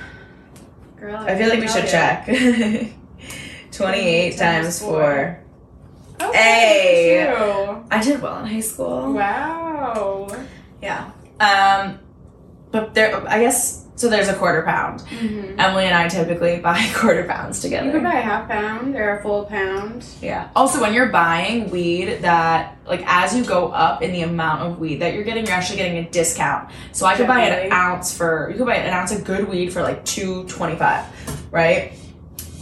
Speaker 2: Girl,
Speaker 3: I feel like we
Speaker 2: can
Speaker 3: should
Speaker 2: tell ya.
Speaker 3: check. 28 times 4.
Speaker 2: Oh,
Speaker 3: Hey. Oh.
Speaker 2: look
Speaker 3: I did well in high
Speaker 2: at you.
Speaker 3: school.
Speaker 2: Wow.
Speaker 3: Yeah. Um, but there, I guess, so there's a quarter pound.
Speaker 2: Mhm.
Speaker 3: Emily and I typically buy quarter pounds
Speaker 2: You could
Speaker 3: together.
Speaker 2: buy a half pound or a full pound.
Speaker 3: Yeah. Also, when you're buying weed, that, like, as you go up in the amount of weed that you're getting, you're actually getting a discount. So I could buy an
Speaker 2: Definitely.
Speaker 3: ounce for, you could buy an ounce of good weed for like 225 right?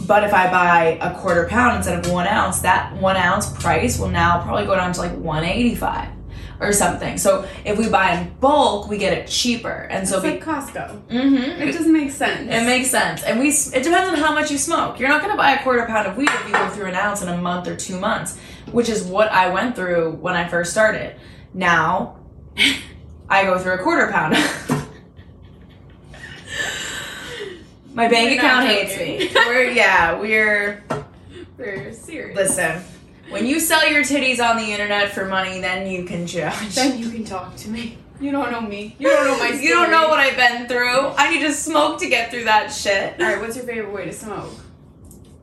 Speaker 3: But if I buy a quarter pound instead of one ounce, that one ounce price will now probably go down to like 185 or something. So if we buy in bulk, we get it cheaper. And so,
Speaker 2: it's
Speaker 3: be-
Speaker 2: like Costco.
Speaker 3: Mhm.
Speaker 2: It doesn't make sense.
Speaker 3: It makes sense, and we. s- It depends on how much you smoke. You're not going to buy a quarter pound of weed if you go through an ounce in a month or two months, which is what I went through when I first started. Now, I go through a quarter pound. My bank
Speaker 2: We're
Speaker 3: account
Speaker 2: not
Speaker 3: hates
Speaker 2: joking.
Speaker 3: me. We're yeah, we're
Speaker 2: We're serious.
Speaker 3: listen. When you sell your titties on the internet for money, then you can judge.
Speaker 2: Then you can talk to me. You don't know me. You don't know my story.
Speaker 3: You don't know what I've been through. I need to smoke to get through that shit.
Speaker 2: All right, what's your favorite way to smoke?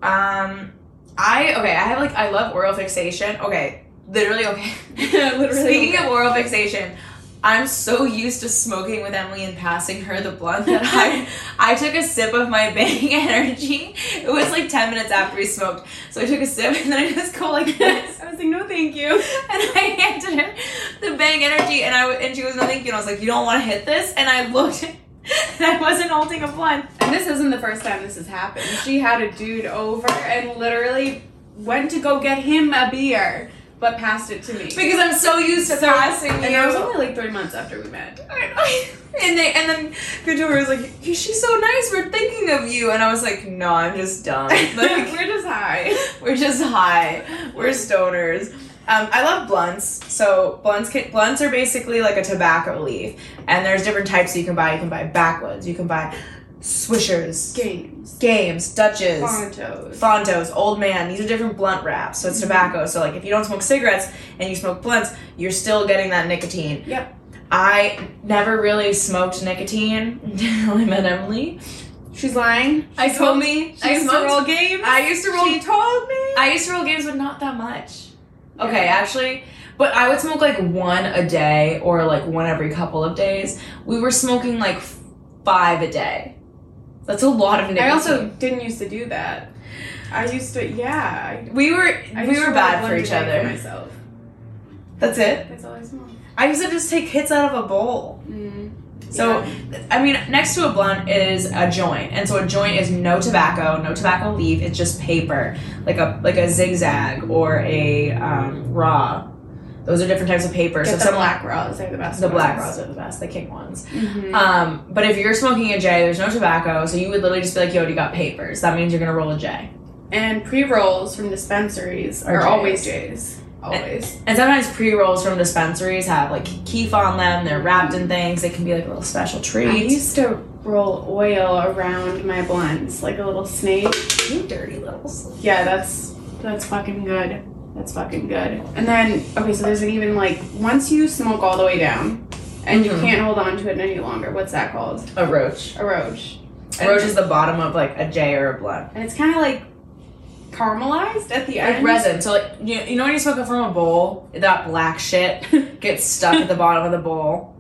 Speaker 3: Um, I okay. I have like I love oral fixation. Okay, literally okay.
Speaker 2: Literally.
Speaker 3: Speaking of oral fixation, I'm so used to smoking with Emily and passing her the blunt that I I took a sip of my bang energy. It was like ten minutes after we smoked, so I took a sip and then I just go like this.
Speaker 2: I was like, no, thank you.
Speaker 3: And I handed her the bang energy, and I w- and she was like, "Thank you." And I was like, "You don't want to hit this?" And I looked, and I wasn't holding a blunt.
Speaker 2: And this isn't the first time this has happened. She had a dude over and literally went to go get him a beer, but passed it to me.
Speaker 3: because I'm so used to passing
Speaker 2: and
Speaker 3: you.
Speaker 2: that was only like three months after we met.
Speaker 3: and they and then Couture was like, "Yeah, "She's so nice. We're thinking of you." And I was like, "No, I'm just dumb. Like,
Speaker 2: we're just high.
Speaker 3: we're just high. We're stoners." Um, I love blunts. So blunts can, blunts are basically like a tobacco leaf, and there's different types you can buy. You can buy backwoods. You can buy swishers,
Speaker 2: Games.
Speaker 3: games, Dutches.
Speaker 2: Pontos.
Speaker 3: Fontos, Old Man, these are different blunt wraps, so it's tobacco. So like if you don't smoke cigarettes and you smoke blunts, you're still getting that nicotine.
Speaker 2: Yep.
Speaker 3: I never really smoked nicotine until I met Emily.
Speaker 2: She's lying.
Speaker 3: I
Speaker 2: She
Speaker 3: told
Speaker 2: told
Speaker 3: me
Speaker 2: She used to roll games.
Speaker 3: I used to roll
Speaker 2: She told me.
Speaker 3: I used to roll games but not that much. Okay,
Speaker 2: Yeah.
Speaker 3: actually. But I would smoke like one a day or like one every couple of days. We were smoking like f- five a day. That's a lot of nicotine.
Speaker 2: I also didn't used to do that. I used to, yeah.
Speaker 3: we were
Speaker 2: I, I
Speaker 3: we
Speaker 2: used to
Speaker 3: were
Speaker 2: roll
Speaker 3: bad
Speaker 2: one
Speaker 3: for
Speaker 2: to
Speaker 3: each
Speaker 2: drink
Speaker 3: other.
Speaker 2: myself.
Speaker 3: That's it.
Speaker 2: That's all I smoked.
Speaker 3: I used to just take hits out of a bowl.
Speaker 2: Mm.
Speaker 3: So, I mean, next to a blunt is a joint, and so a joint is no tobacco, no tobacco leaf. It's just paper, like a like a zigzag or a um, raw. Those are different types of paper.
Speaker 2: Get
Speaker 3: so
Speaker 2: the
Speaker 3: some
Speaker 2: black rolls are the best.
Speaker 3: the black
Speaker 2: ones.
Speaker 3: raws are the best, the king ones.
Speaker 2: Mhm.
Speaker 3: Um, but if you're smoking a J, there's no tobacco, so you would literally just be like, "Yo, do you got papers?" That means you're gonna roll a J.
Speaker 2: And pre rolls from dispensaries
Speaker 3: Are
Speaker 2: are,
Speaker 3: J's.
Speaker 2: always J's. Always.
Speaker 3: And sometimes pre rolls from dispensaries have like keef on them. They're wrapped in things. They can be like a little special
Speaker 2: I
Speaker 3: treat.
Speaker 2: used to roll oil around my blunts like a little snake.
Speaker 3: You dirty littles.
Speaker 2: Yeah, that's that's fucking good. That's fucking good. And then okay, so there's an even like once you smoke all the way down and
Speaker 3: Mhm.
Speaker 2: you can't hold on to it any longer. What's that called?
Speaker 3: A roach.
Speaker 2: A roach.
Speaker 3: A roach is the bottom of like a J or a blunt.
Speaker 2: And it's kind of like caramelized at the
Speaker 3: Like
Speaker 2: end.
Speaker 3: resin. So like you, you know when you smoke it from a bowl, that black shit gets stuck at the bottom of the bowl.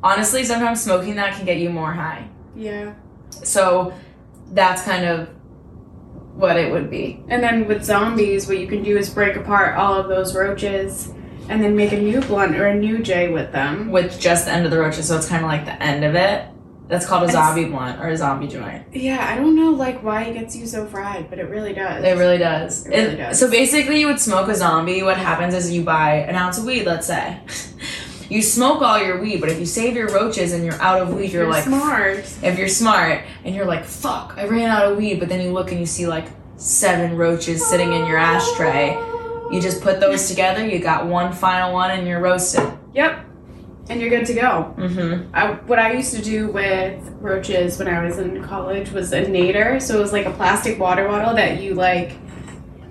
Speaker 3: Honestly, sometimes smoking that can get you more high.
Speaker 2: yeah.
Speaker 3: So that's kind of what it would be.
Speaker 2: And then with zombies, what you can do is break apart all of those roaches and then make a new blunt or a new J with them.
Speaker 3: With just the end of the roaches, so it's kinda like the end of it. That's called a
Speaker 2: It's-
Speaker 3: zombie blunt or a zombie joint.
Speaker 2: Yeah, I don't know like why it gets you so fried, but it really does.
Speaker 3: It really does.
Speaker 2: It really does.
Speaker 3: So basically, you would smoke a zombie. What happens is you buy an ounce of weed, let's say. You smoke all your weed, but if you save your roaches and you're out of weed,
Speaker 2: If
Speaker 3: you're, like,
Speaker 2: smart.
Speaker 3: if you're smart and you're like, fuck, I ran out of weed, but then you look and you see like seven roaches sitting in your ashtray. You just put those together, you got one final one, and you're roasted.
Speaker 2: Yep. And you're good to go.
Speaker 3: Mm-hmm.
Speaker 2: I, what I used to do with roaches when I was in college was a nader. So it was like a plastic water bottle that you like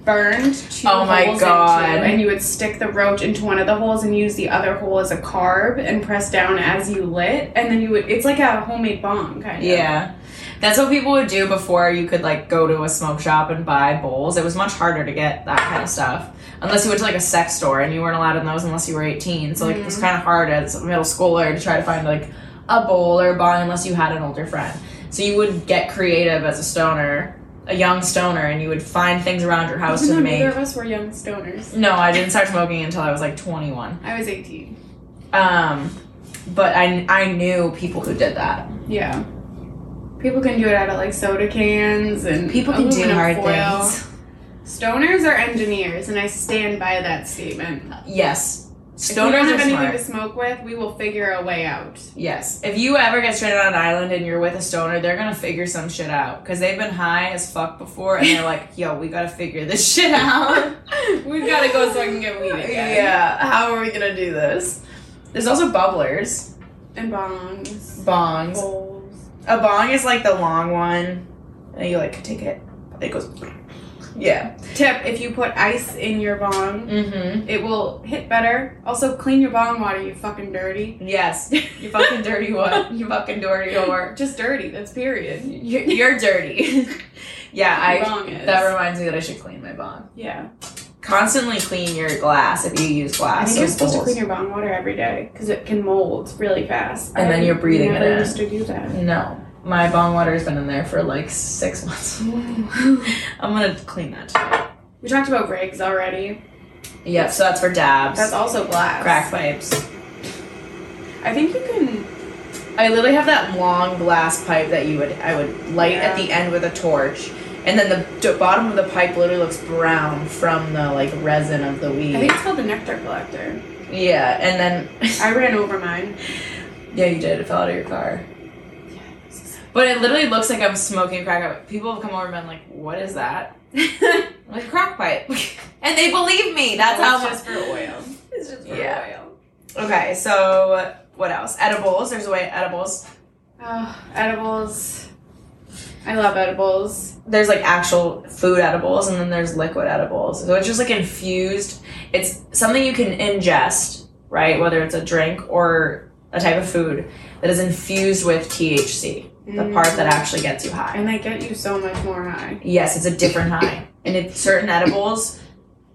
Speaker 2: burned two
Speaker 3: Oh my
Speaker 2: holes
Speaker 3: God.
Speaker 2: into, and you would stick the roach into one of the holes and use the other hole as a carb and press down as you lit, and then you would. It's like a homemade bomb kind of.
Speaker 3: Yeah. That's what people would do before you could like go to a smoke shop and buy bowls. It was much harder to get that kind of stuff. Unless you went to like a sex store and you weren't allowed in those unless you were 18. So like it was kind of hard as a middle schooler to try to find like a bowl or a bong unless you had an older friend. So you would get creative as a stoner, a young stoner, and you would find things around your house
Speaker 2: Even
Speaker 3: to
Speaker 2: though neither
Speaker 3: make.
Speaker 2: of us were young stoners.
Speaker 3: No, I didn't start smoking until I was like 21.
Speaker 2: I was 18.
Speaker 3: Um, but I, I knew people who did that.
Speaker 2: Yeah. People can do it out of like soda cans and
Speaker 3: People can do
Speaker 2: aluminum
Speaker 3: hard
Speaker 2: foil.
Speaker 3: things.
Speaker 2: Stoners are engineers, and I stand by that statement.
Speaker 3: Yes.
Speaker 2: If we don't
Speaker 3: Stoners
Speaker 2: have
Speaker 3: are
Speaker 2: anything
Speaker 3: smart.
Speaker 2: to smoke with, we will figure a way out.
Speaker 3: Yes. If you ever get stranded on an island and you're with a stoner, they're gonna figure some shit out because they've been high as fuck before, and they're like, "Yo, we gotta figure this shit out."
Speaker 2: We've got to go so I can get weed again.
Speaker 3: yeah. How are we gonna do this? There's also bubblers,
Speaker 2: And bongs.
Speaker 3: bongs.
Speaker 2: Bowls.
Speaker 3: A bong is like the long one. And you like take it. It goes. Yeah.
Speaker 2: Tip: If you put ice in your bong,
Speaker 3: Mm-hmm.
Speaker 2: it will hit better. Also, clean your bong water. You fucking dirty.
Speaker 3: Yes. You fucking dirty one. You fucking dirty whore.
Speaker 2: Just dirty. That's period.
Speaker 3: You're, you're dirty. yeah,
Speaker 2: Your
Speaker 3: I.
Speaker 2: bong is.
Speaker 3: That reminds me that I should clean my bong.
Speaker 2: yeah.
Speaker 3: Constantly clean your glass if you use
Speaker 2: I think
Speaker 3: glass. so
Speaker 2: you're
Speaker 3: it's
Speaker 2: supposed to
Speaker 3: bowls.
Speaker 2: clean your bong water every day because it can mold really fast.
Speaker 3: And then
Speaker 2: I
Speaker 3: you're breathing it
Speaker 2: never
Speaker 3: in.
Speaker 2: used to do that.
Speaker 3: No. My bong water's been in there for like six months. I'm gonna clean that today.
Speaker 2: We talked about rigs already.
Speaker 3: Yep, so that's for dabs.
Speaker 2: That's also glass.
Speaker 3: crack pipes.
Speaker 2: I think you can.
Speaker 3: I literally have that long glass pipe that you would I would light at
Speaker 2: Yeah.
Speaker 3: the end with a torch. And then the d- bottom of the pipe literally looks brown from the like resin of the weed.
Speaker 2: I think it's called the nectar collector.
Speaker 3: yeah, and then
Speaker 2: I ran over mine.
Speaker 3: yeah, you did. It fell out of your car. But it literally looks like I'm smoking crack. pipe. People have come over and been like, "What is that?"
Speaker 2: That's
Speaker 3: I'm like crack pipe, and they believe me. That's how
Speaker 2: it's just for oil. It's just
Speaker 3: for Okay, so what else? Edibles. There's a way edibles.
Speaker 2: Oh, edibles. I love edibles.
Speaker 3: There's like actual food edibles, and then there's liquid edibles. So it's just like infused. It's something you can ingest, right? Whether it's a drink or a type of food that is infused with THC, the part that actually gets you high.
Speaker 2: Mm. And they get you so much more high.
Speaker 3: Yes, it's a different high. And if certain edibles,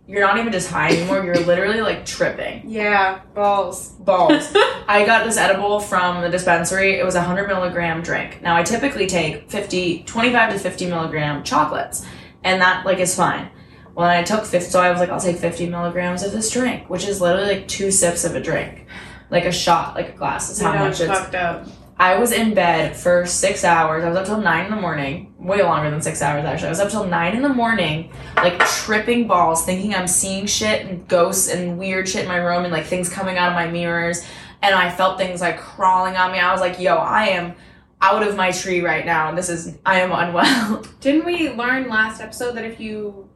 Speaker 3: you're not even just high anymore. You're literally like tripping.
Speaker 2: Yeah, balls.
Speaker 3: balls. I got this edible from the dispensary. It was a 100 milligram drink. Now, I typically take 50, 25 to 50 milligram chocolates, and that, like, is fine. Well, I took 50, so I was like, I'll take 50 milligrams of this drink, which is literally like two sips of a drink. Like a shot, like a glass is how
Speaker 2: Yeah,
Speaker 3: much it's.
Speaker 2: fucked up.
Speaker 3: I was in bed for six hours. I was up till nine in the morning, way longer than six hours actually. I was up till nine in the morning, like tripping balls, thinking I'm seeing shit and ghosts and weird shit in my room and like things coming out of my mirrors. And I felt things like crawling on me. I was like, yo, I am out of my tree right now. This is, I am unwell.
Speaker 2: Didn't we learn last episode that if you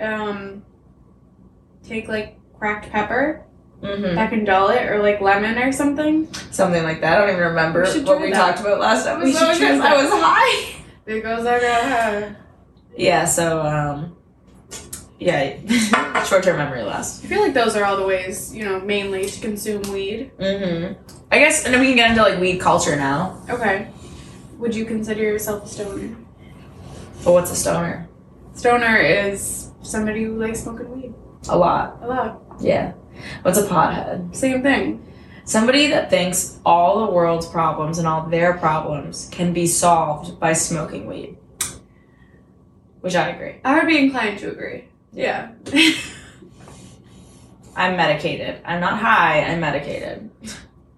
Speaker 2: um take like cracked pepper,
Speaker 3: hmm
Speaker 2: that can dull it, or like lemon or something?
Speaker 3: Something like that. I don't even remember
Speaker 2: We should
Speaker 3: what
Speaker 2: try
Speaker 3: we
Speaker 2: that.
Speaker 3: talked about last episode
Speaker 2: We should try
Speaker 3: because I
Speaker 2: that.
Speaker 3: was high.
Speaker 2: There goes our uh,
Speaker 3: Yeah, so, um, yeah, short term memory loss.
Speaker 2: I feel like those are all the ways, you know, mainly to consume weed.
Speaker 3: hmm I guess, and then we can get into like weed culture now.
Speaker 2: Okay. Would you consider yourself a stoner?
Speaker 3: But what's a stoner?
Speaker 2: Stoner is somebody who likes smoking weed.
Speaker 3: A lot.
Speaker 2: A lot.
Speaker 3: Yeah. What's a pothead?
Speaker 2: Same thing.
Speaker 3: Somebody that thinks all the world's problems and all their problems can be solved by smoking weed. Which I agree.
Speaker 2: I would be inclined to agree. Yeah.
Speaker 3: I'm medicated. I'm not high, I'm medicated.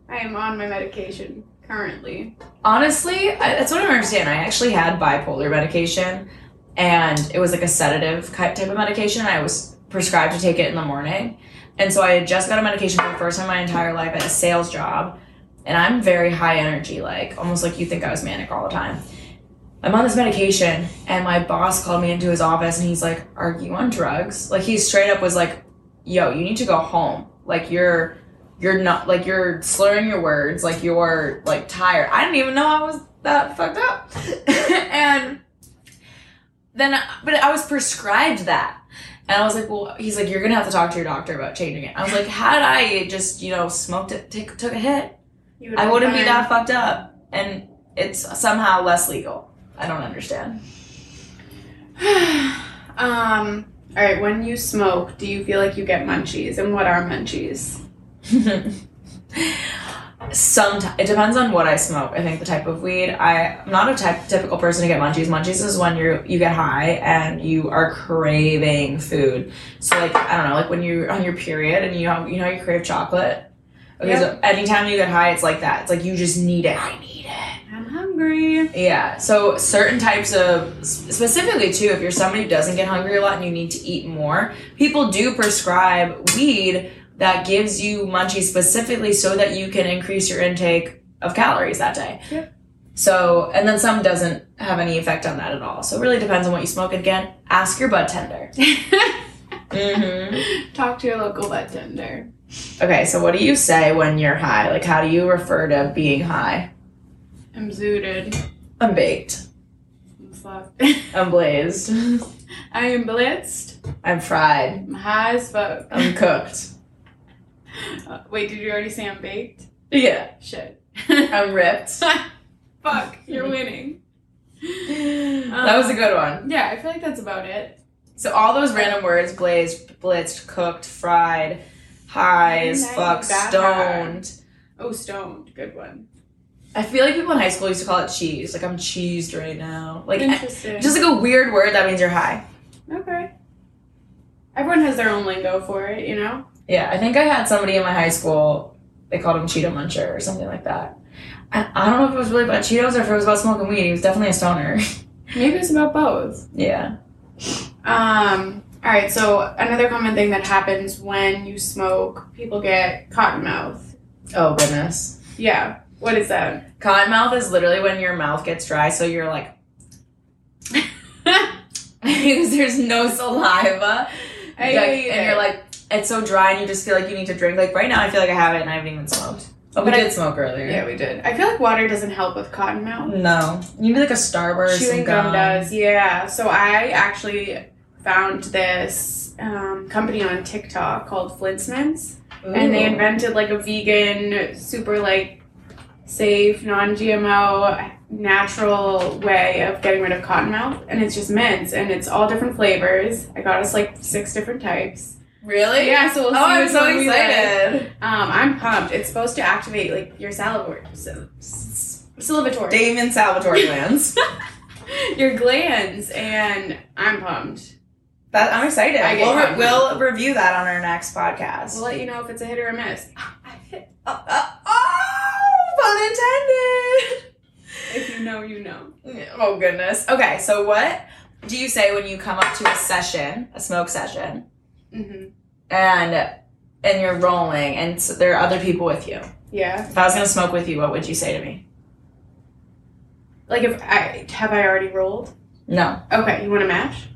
Speaker 2: I am on my medication currently.
Speaker 3: Honestly, I, that's what I don't understand. I actually had bipolar medication, and it was like a sedative ki- type of medication. I was prescribed to take it in the morning, and so I had just got a medication for the first time in my entire life at a sales job, and I'm very high energy, like almost like you think I was manic all the time. I'm on this medication, and my boss called me into his office, and he's like, "Are you on drugs?" Like he straight up was like, "Yo, you need to go home. Like you're." you're not like you're slurring your words, like you're like tired. I didn't even know I was that fucked up. and then but I was prescribed that. And I was like, well, he's like, you're gonna have to talk to your doctor about changing it. I was like, had I just, you know, smoked it, take, took a hit,
Speaker 2: You
Speaker 3: I
Speaker 2: been
Speaker 3: wouldn't be
Speaker 2: fine.
Speaker 3: that fucked up. And it's somehow less legal. I don't understand.
Speaker 2: um. All right. When you smoke, do you feel like you get munchies, and what are munchies?
Speaker 3: Sometimes it depends on what I smoke. I think the type of weed. I, I'm not a type, typical person to get munchies. Munchies is when you you get high and you are craving food. So like I don't know, like when you're on your period and you know you know you crave chocolate. Okay, so anytime you get high, it's like that. It's like you just need it. I need it.
Speaker 2: I'm hungry.
Speaker 3: Yeah. So certain types of specifically too, if you're somebody who doesn't get hungry a lot and you need to eat more, people do prescribe weed that gives you munchies specifically so that you can increase your intake of calories that day.
Speaker 2: Yeah.
Speaker 3: So and then some doesn't have any effect on that at all. So it really depends on what you smoke. Again, ask your butt tender. hmm
Speaker 2: Talk to your local vet tender.
Speaker 3: Okay. So what do you say when you're high? Like how do you refer to being high?
Speaker 2: I'm zooted.
Speaker 3: I'm baked.
Speaker 2: I'm fucked.
Speaker 3: I'm blazed.
Speaker 2: I am blitzed.
Speaker 3: I'm fried.
Speaker 2: I'm high as fuck.
Speaker 3: I'm cooked.
Speaker 2: Uh, wait, did you already say I'm baked?
Speaker 3: Yeah.
Speaker 2: Shit.
Speaker 3: I'm ripped.
Speaker 2: fuck, you're winning.
Speaker 3: that was a good one.
Speaker 2: Yeah, I feel like that's about it.
Speaker 3: So all those random words: blazed, blitzed, cooked, fried, high as
Speaker 2: Nice,
Speaker 3: fuck,
Speaker 2: bad
Speaker 3: stoned.
Speaker 2: Oh, stoned. Good one.
Speaker 3: I feel like people in high school used to call it cheese. Like I'm cheesed right now. Like
Speaker 2: Interesting.
Speaker 3: just like a weird word that means you're high.
Speaker 2: okay. Everyone has their own lingo for it, you know?
Speaker 3: Yeah, I think I had somebody in my high school. They called him Cheeto Muncher or something like that. I, I don't know if it was really about Cheetos or if it was about smoking weed. He was definitely a stoner.
Speaker 2: Maybe it's about both.
Speaker 3: yeah.
Speaker 2: Um. All right. So another common thing that happens when you smoke, people get cotton mouth.
Speaker 3: Oh goodness.
Speaker 2: Yeah. What is that?
Speaker 3: Cotton mouth is literally when your mouth gets dry, so you're like because there's no saliva.
Speaker 2: I
Speaker 3: Like,
Speaker 2: hate
Speaker 3: and
Speaker 2: it.
Speaker 3: you're like, it's so dry, and you just feel like you need to drink. Like right now, I feel like I have it, and I haven't even smoked. Oh, we
Speaker 2: But I-
Speaker 3: did smoke earlier.
Speaker 2: yeah, we did. I feel like water doesn't help with cotton mouth.
Speaker 3: No, you need like a Starburst.
Speaker 2: Chewing
Speaker 3: and
Speaker 2: gum does. Yeah. So I actually found this um, company on TikTok called Flintsmans. and they invented like a vegan, super like safe, non-GMO, natural way of getting rid of cottonmouth, and it's just mints, and it's all different flavors. I got us like six different types.
Speaker 3: really.
Speaker 2: Yeah, so we'll
Speaker 3: Oh,
Speaker 2: see
Speaker 3: I'm
Speaker 2: which
Speaker 3: so
Speaker 2: one we like.
Speaker 3: excited.
Speaker 2: Um, I'm pumped. It's supposed to activate like your salivary, so, s- salivatory,
Speaker 3: Damon Salvatore glands.
Speaker 2: your glands, and I'm pumped.
Speaker 3: That I'm excited.
Speaker 2: I get
Speaker 3: we'll, re-
Speaker 2: hungry.
Speaker 3: we'll review that on our next podcast.
Speaker 2: We'll let you know if it's a hit or a miss.
Speaker 3: Uh, uh, oh, pun intended.
Speaker 2: If you know, you know.
Speaker 3: Oh goodness. Okay, so what do you say when you come up to a session, a smoke session,
Speaker 2: hmm
Speaker 3: and and you're rolling and s there are other people with you
Speaker 2: Yeah.
Speaker 3: if i was going to smoke with you what would you say to me
Speaker 2: Like if I have I already rolled.
Speaker 3: no
Speaker 2: Okay, you want to match?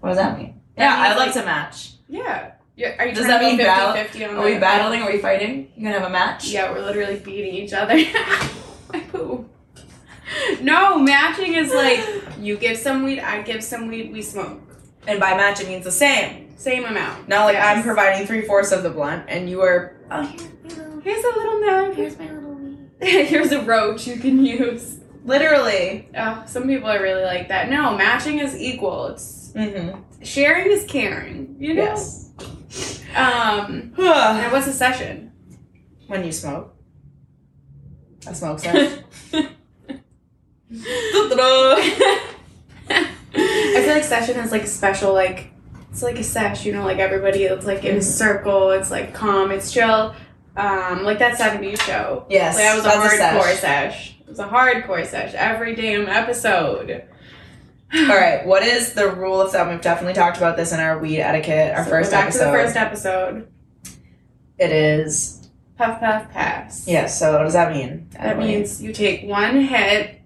Speaker 3: what does that mean
Speaker 2: That
Speaker 3: yeah i'd
Speaker 2: means,
Speaker 3: like to match
Speaker 2: Yeah. Yeah. Are you
Speaker 3: Does
Speaker 2: trying
Speaker 3: that mean
Speaker 2: to
Speaker 3: battle-
Speaker 2: go 50 50 on
Speaker 3: are we
Speaker 2: the-
Speaker 3: battling are we fighting you gonna have a match
Speaker 2: Yeah, we're literally beating each other. My poop. No, matching is like you give some weed, I give some weed, we smoke.
Speaker 3: and by match it means the same
Speaker 2: Same amount.
Speaker 3: not like i'm
Speaker 2: Yes.
Speaker 3: providing three-fourths of the blunt and you are uh,
Speaker 1: Oh, here's my little,
Speaker 2: Here's a little nug.
Speaker 1: here's my little wee.
Speaker 2: Here's a roach you can use.
Speaker 3: literally
Speaker 2: Oh, some people are really like that. No, matching is equal. It's
Speaker 3: mm-hmm.
Speaker 2: sharing is caring. You know.
Speaker 3: yes
Speaker 2: Um. And what's a session?
Speaker 3: when you smoke a smoke session
Speaker 2: I feel like session is like a special like it's like a sesh, you know, like everybody it's like in a
Speaker 3: Mhm.
Speaker 2: circle, it's like calm, it's chill. Um, like that Saturday show.
Speaker 3: yes
Speaker 2: Like that was a
Speaker 3: that's
Speaker 2: hardcore
Speaker 3: sesh.
Speaker 2: sesh. It was a hardcore sesh. Every damn episode.
Speaker 3: All right, what is the rule of thumb? We've definitely talked about this in our weed etiquette, our
Speaker 2: So
Speaker 3: first
Speaker 2: go back
Speaker 3: episode.
Speaker 2: to the first episode.
Speaker 3: It is
Speaker 2: Puff puff pass.
Speaker 3: yes. So what does that mean?
Speaker 2: That means you take one hit,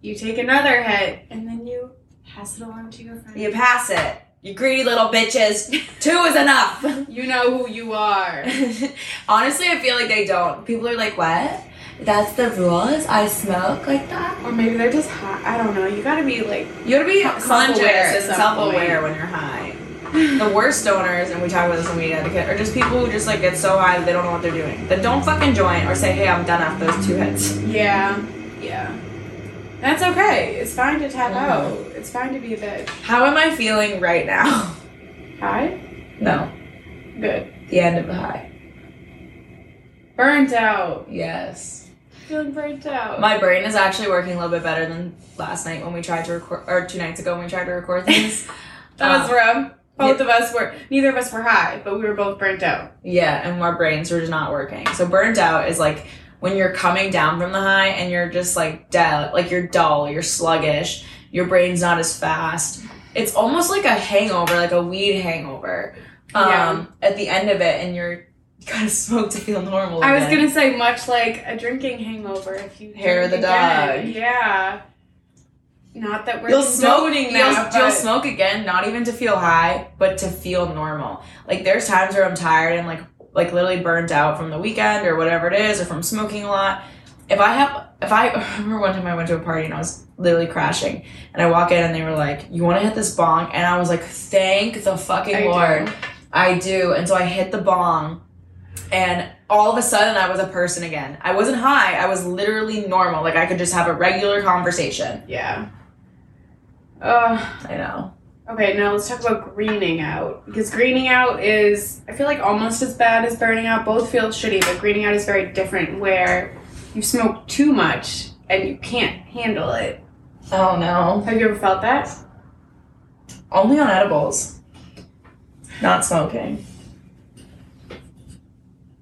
Speaker 2: you take another hit, and then you pass it along to your friend.
Speaker 3: you pass it. You greedy little bitches. Two is enough.
Speaker 2: You know who you are.
Speaker 3: Honestly, I feel like they don't. People are like, what? That's the rules. I smoke like that.
Speaker 2: Or maybe they're just hot. I don't know. You gotta be like
Speaker 3: You gotta be
Speaker 2: Self-aware at
Speaker 3: conscious and
Speaker 2: some
Speaker 3: self-aware when you're high. The worst stoners, and we talk about this in weed etiquette, are just people who just like get so high that they don't know what they're doing. That don't fucking join or say, hey, I'm done after those two hits.
Speaker 2: Yeah, yeah. That's okay. It's fine to tap
Speaker 3: Mhm.
Speaker 2: out. It's fine to be a bitch.
Speaker 3: How am I feeling right now?
Speaker 2: High?
Speaker 3: No,
Speaker 2: Good.
Speaker 3: the end of the high.
Speaker 2: Burnt out.
Speaker 3: Yes.
Speaker 2: Feeling burnt out.
Speaker 3: My brain is actually working a little bit better than last night when we tried to record, or two nights ago when we tried to record things.
Speaker 2: that
Speaker 3: Ah.
Speaker 2: was rough. Both of us were, neither of us were high, but we were both burnt out.
Speaker 3: yeah, and our brains were just not working. So burnt out is like when you're coming down from the high and you're just like dull, like you're dull, you're sluggish, your brain's not as fast. It's almost like a hangover, like a weed hangover. Um,
Speaker 2: Yeah.
Speaker 3: At the end of it, and you're you gotta smoke to feel normal.
Speaker 2: I was
Speaker 3: again.
Speaker 2: gonna say, much like a drinking hangover, if you
Speaker 3: Hair of
Speaker 2: drink
Speaker 3: the
Speaker 2: again.
Speaker 3: dog.
Speaker 2: Yeah. Not that we're
Speaker 3: you'll smoke
Speaker 2: condoning
Speaker 3: you'll-
Speaker 2: that,
Speaker 3: you'll,
Speaker 2: but-
Speaker 3: smoke again not even to feel high but to feel normal like there's times where i'm tired and like like literally burnt out from the weekend or whatever it is or from smoking a lot if I have, if I I remember one time I went to a party and I was literally crashing, and I walk in and they were like, "You want to hit this bong?" And I was like, "Thank the fucking
Speaker 2: I do.
Speaker 3: lord, I do." And so I hit the bong, and all of a sudden I was a person again. I wasn't high. I was literally normal. Like I could just have a regular conversation.
Speaker 2: Yeah. Uh,
Speaker 3: I know.
Speaker 2: okay, now let's talk about greening out. Because greening out is, I feel like, almost as bad as burning out. Both feel shitty, but greening out is very different where you smoke too much and you can't handle it.
Speaker 3: Oh no.
Speaker 2: Have you ever felt that?
Speaker 3: Only on edibles. Not smoking.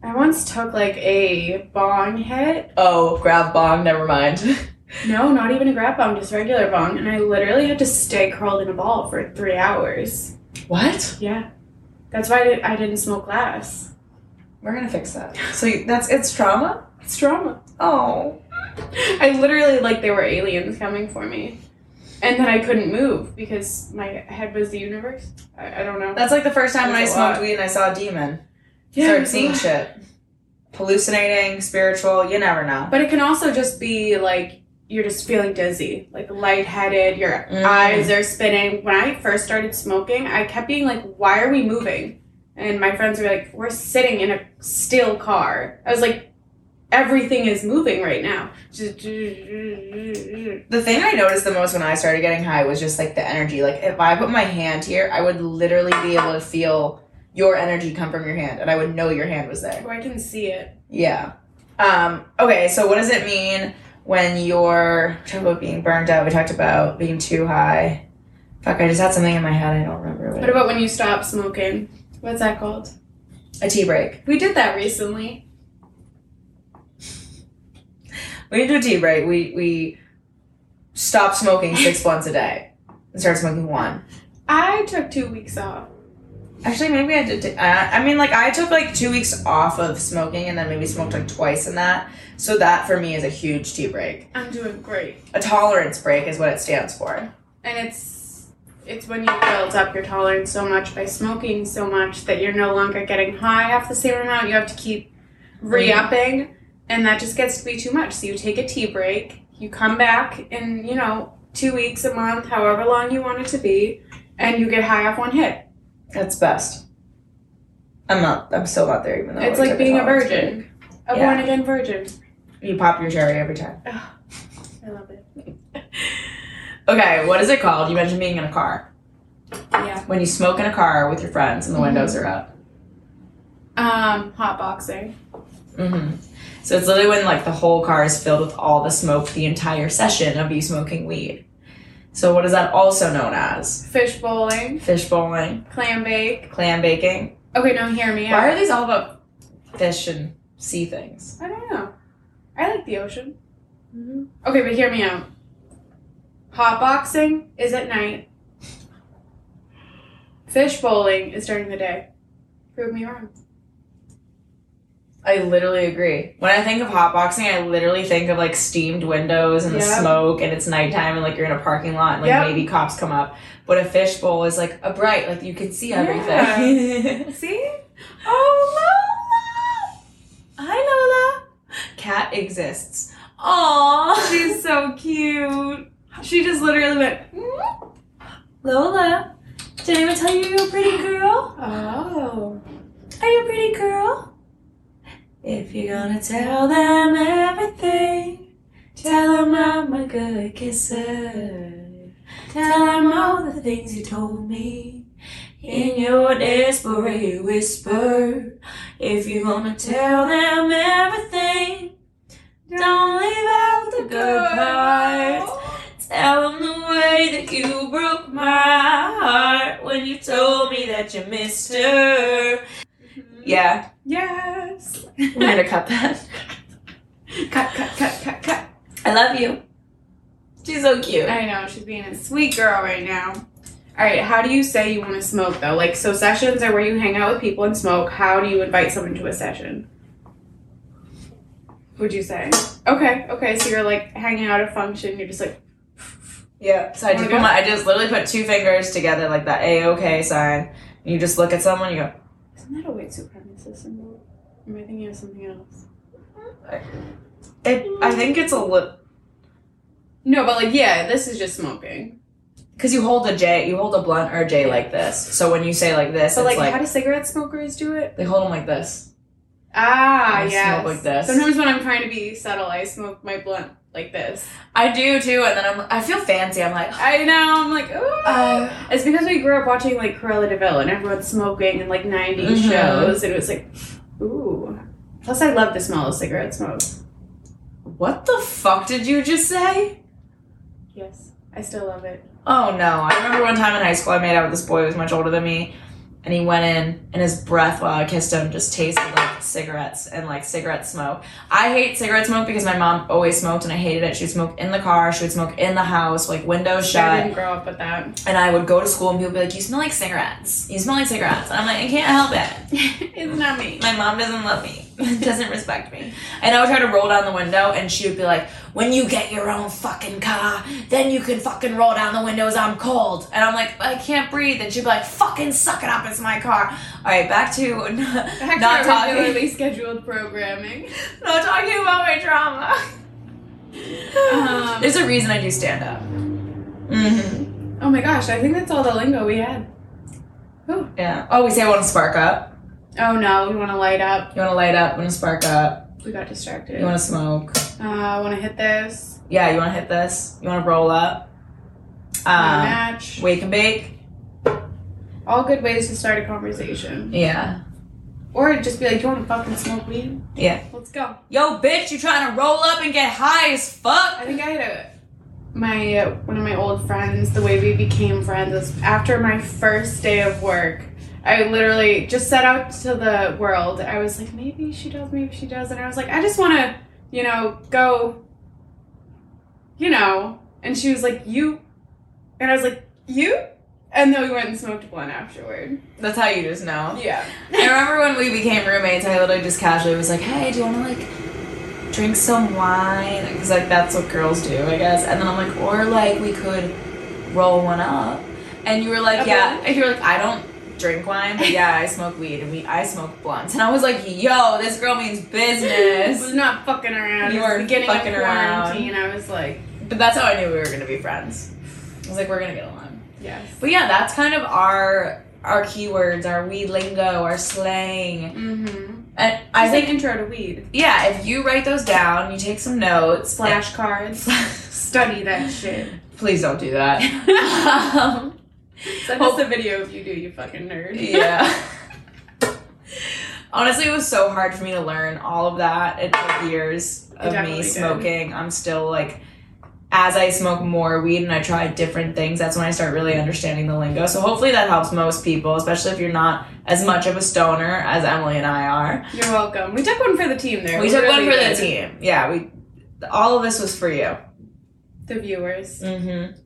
Speaker 2: I once took like a bong hit
Speaker 3: Oh, grab bong. Never mind.
Speaker 2: No, not even a grab bong, just regular bong. And I literally had to stay curled in a ball for three hours.
Speaker 3: what?
Speaker 2: Yeah. That's why I, did, I didn't smoke glass.
Speaker 3: We're gonna fix that. So you- that's it's trauma.
Speaker 2: It's drama.
Speaker 3: Oh,
Speaker 2: I literally, like, they were aliens coming for me. And then I couldn't move because my head was the universe. I, I don't know.
Speaker 3: that's like the first time when I
Speaker 2: There's a
Speaker 3: smoked
Speaker 2: lot.
Speaker 3: weed and I saw a demon.
Speaker 2: Yeah,
Speaker 3: Started
Speaker 2: there's a
Speaker 3: seeing
Speaker 2: lot.
Speaker 3: shit, hallucinating, spiritual. You never know.
Speaker 2: But it can also just be like you're just feeling dizzy, like lightheaded, your
Speaker 3: Mm.
Speaker 2: eyes are spinning. When I first started smoking, I kept being like, why are we moving? And my friends were like, we're sitting in a still car. I was like, everything is moving right now.
Speaker 3: The thing I noticed the most when I started getting high was just like the energy. Like if I put my hand here, I would literally be able to feel your energy come from your hand, and I would know your hand was there.
Speaker 2: Or I can see it.
Speaker 3: Yeah. Um, okay, so what does it mean when you're we talked about being burnt out? We talked about being too high. Fuck, I just had something in my head. I don't remember what.
Speaker 2: What about when you stop smoking? What's that called?
Speaker 3: it- a tea break.
Speaker 2: We did that recently.
Speaker 3: We didn't do a tea break. We we stopped smoking six blunts a day and started smoking one.
Speaker 2: I took two weeks off.
Speaker 3: Actually, maybe I did. T- I I mean, like I took like two weeks off of smoking and then maybe smoked like twice in that. So that for me is a huge tea break.
Speaker 2: I'm doing great.
Speaker 3: A tolerance break is what it stands for.
Speaker 2: and it's it's when you build up your tolerance so much by smoking so much that you're no longer getting high half the same amount you have to keep re-upping and that just gets to be too much so you take a tea break you come back in you know two weeks a month however long you want it to be and you get high off one hit
Speaker 3: That's best. I'm not. I'm still not there. Even though
Speaker 2: it's
Speaker 3: I
Speaker 2: like
Speaker 3: took
Speaker 2: being a
Speaker 3: tolerance
Speaker 2: virgin a
Speaker 3: Yeah.
Speaker 2: born again virgin
Speaker 3: break. You pop your cherry every time.
Speaker 2: i love it
Speaker 3: Okay, what is it called? You mentioned being in a car.
Speaker 2: yeah
Speaker 3: When you smoke in a car with your friends and the windows are up.
Speaker 2: um hot boxing
Speaker 3: hmm So it's literally when like the whole car is filled with all the smoke, the entire session of you smoking weed. So what is that also known as?
Speaker 2: fish bowling
Speaker 3: Fish bowling,
Speaker 2: clam bake
Speaker 3: clam baking.
Speaker 2: okay no hear me
Speaker 3: Why
Speaker 2: out.
Speaker 3: are these all about fish and sea things?
Speaker 2: I don't know. I like the ocean.
Speaker 3: Mhm.
Speaker 2: Okay, but hear me out. Hotboxing is at night. Fish bowling is during the day. Prove me wrong.
Speaker 3: I literally agree. When I think of hotboxing, I literally think of like steamed windows and the
Speaker 2: Yep.
Speaker 3: smoke, and it's nighttime, and like you're in a parking lot, and like
Speaker 2: Yep.
Speaker 3: maybe cops come up. But a fish bowl is like a bright, like you can see everything.
Speaker 2: See?
Speaker 3: Oh, Lola! Hi, Lola. Cat exists. Aww.
Speaker 2: She's so cute. She just literally went,
Speaker 3: Lola. Did anyone tell you you're a pretty girl?
Speaker 2: oh.
Speaker 3: Are you a pretty girl? If you're gonna tell them everything, tell them I'm a good kisser. Tell them all the things you told me in your desperate whisper. If you're gonna tell them everything, don't leave out the
Speaker 2: Oh."
Speaker 3: good parts. Tell 'em the way that you broke my heart when you told me that you missed her. Yeah,
Speaker 2: Yes.
Speaker 3: we're gonna cut that.
Speaker 2: Cut, cut, cut, cut, cut.
Speaker 3: I love you. She's so cute.
Speaker 2: I know, she's being a sweet girl right now. All right, how do you say you want to smoke though? Like, so sessions are where you hang out with people and smoke. How do you invite someone to a session? Would you say? Okay, okay, so you're like hanging out at a function, you're just like,
Speaker 3: Yeah. So I
Speaker 2: Wanna
Speaker 3: just put
Speaker 2: go?
Speaker 3: Oh my, I just literally put two fingers together like that A OK sign. You just look at someone. You go.
Speaker 2: isn't that a white supremacist symbol? Am I thinking of something else?
Speaker 3: It, I think it's a little
Speaker 2: No, but like, yeah, this is just smoking.
Speaker 3: because you hold a J, you hold a blunt or a J like this. So when you say like this,
Speaker 2: So
Speaker 3: it's
Speaker 2: like,
Speaker 3: like,
Speaker 2: how do cigarette smokers do it?
Speaker 3: they hold them like this.
Speaker 2: Ah,
Speaker 3: I smoke
Speaker 2: yeah.
Speaker 3: like this.
Speaker 2: Sometimes when I'm trying to be subtle, I smoke my blunt like this.
Speaker 3: I do too, and then I'm I feel fancy. I'm like,
Speaker 2: I know. I'm like, ooh.
Speaker 3: uh,
Speaker 2: it's because we grew up watching like Cruella De Vil and everyone's smoking and like '90s
Speaker 3: Mhm.
Speaker 2: shows, and it was like, ooh. Plus, I love the smell of cigarette smoke.
Speaker 3: what the fuck did you just say?
Speaker 2: Yes, I still love it.
Speaker 3: Oh no! I remember one time in high school, I made out with this boy who was much older than me, and he went in, and his breath while I kissed him just tasted like cigarettes and like cigarette smoke. I hate cigarette smoke because my mom always smoked, and I hated it. She would smoke in the car, she would smoke in the house, like windows
Speaker 2: I
Speaker 3: shut.
Speaker 2: didn't grow up with that.
Speaker 3: And I would go to school, and people would be like, "You smell like cigarettes. You smell like cigarettes." And I'm like, "I can't help it."
Speaker 2: it's not me.
Speaker 3: my mom doesn't love me, doesn't respect me. And I would try to roll down the window, and she would be like, When you get your own fucking car, then you can fucking roll down the windows. I'm cold. And I'm like, I can't breathe. And she'd be like, Fucking suck it up. It's my car. All right, back to n-
Speaker 2: Back to
Speaker 3: not,
Speaker 2: our
Speaker 3: talking,
Speaker 2: regularly scheduled programming.
Speaker 3: not talking about my trauma.
Speaker 2: Um,
Speaker 3: There's a reason I do stand up. hmm
Speaker 2: Oh my gosh, I think that's all the lingo we had.
Speaker 3: Yeah. Oh, we say I want to spark up.
Speaker 2: Oh no, we want to light up.
Speaker 3: You want to light up, want to spark up.
Speaker 2: We got distracted.
Speaker 3: You want to smoke.
Speaker 2: uh, I want to hit this.
Speaker 3: Yeah, you want to hit this. You want to roll up.
Speaker 2: wanna
Speaker 3: Um,
Speaker 2: match.
Speaker 3: wake and bake.
Speaker 2: All good ways to start a conversation.
Speaker 3: Yeah.
Speaker 2: Or just be like, do you want to fucking smoke weed?
Speaker 3: Yeah.
Speaker 2: Let's go.
Speaker 3: Yo, bitch, you trying to roll up and get high as fuck?
Speaker 2: I think I had a my uh, one of my old friends. The way we became friends is after my first day of work. I literally just set out to the world. I was like, maybe she does, maybe she does, and I was like, I just want to, you know, go. You know, and she was like, you, and I was like, you, and then we went and smoked a blunt afterward.
Speaker 3: That's how you just know.
Speaker 2: Yeah.
Speaker 3: I remember when we became roommates, I literally just casually was like, hey, do you want to, like, drink some wine? Because, like, that's what girls do, I guess. And then I'm like, or, like, we could roll one up. And you were like,
Speaker 2: A
Speaker 3: yeah.
Speaker 2: blunt?
Speaker 3: And you were like, I don't drink wine, but yeah, I smoke weed and we I smoke blunts. And I was like, yo, this girl means
Speaker 2: I
Speaker 3: business.
Speaker 2: was not fucking around.
Speaker 3: You
Speaker 2: It was the
Speaker 3: weren't
Speaker 2: beginning of
Speaker 3: fucking around.
Speaker 2: quarantine. I was like,
Speaker 3: But that's how I knew we were going to be friends. I was like, we're going to get along.
Speaker 2: yes.
Speaker 3: But yeah, that's kind of our our keywords, our weed lingo, our slang.
Speaker 2: Mm-hmm.
Speaker 3: And
Speaker 2: I
Speaker 3: I
Speaker 2: think
Speaker 3: think
Speaker 2: intro to weed.
Speaker 3: yeah, if you write those down, you take some notes. Like,
Speaker 2: flashcards. Study that shit.
Speaker 3: please don't do that. um,
Speaker 2: Send us a video if you do, you fucking nerd.
Speaker 3: yeah. Honestly, it was so hard for me to learn all of that. It took years of
Speaker 2: definitely
Speaker 3: me
Speaker 2: did.
Speaker 3: smoking. I'm still like, as I smoke more weed and I try different things, that's when I start really understanding the lingo. So hopefully that helps most people, especially if you're not as much of a stoner as Emily and I are.
Speaker 2: You're welcome. We took one for the team there.
Speaker 3: We took
Speaker 2: really
Speaker 3: one for the
Speaker 2: did.
Speaker 3: team. Yeah, we. All of this was for you.
Speaker 2: The viewers.
Speaker 3: Mm-hmm.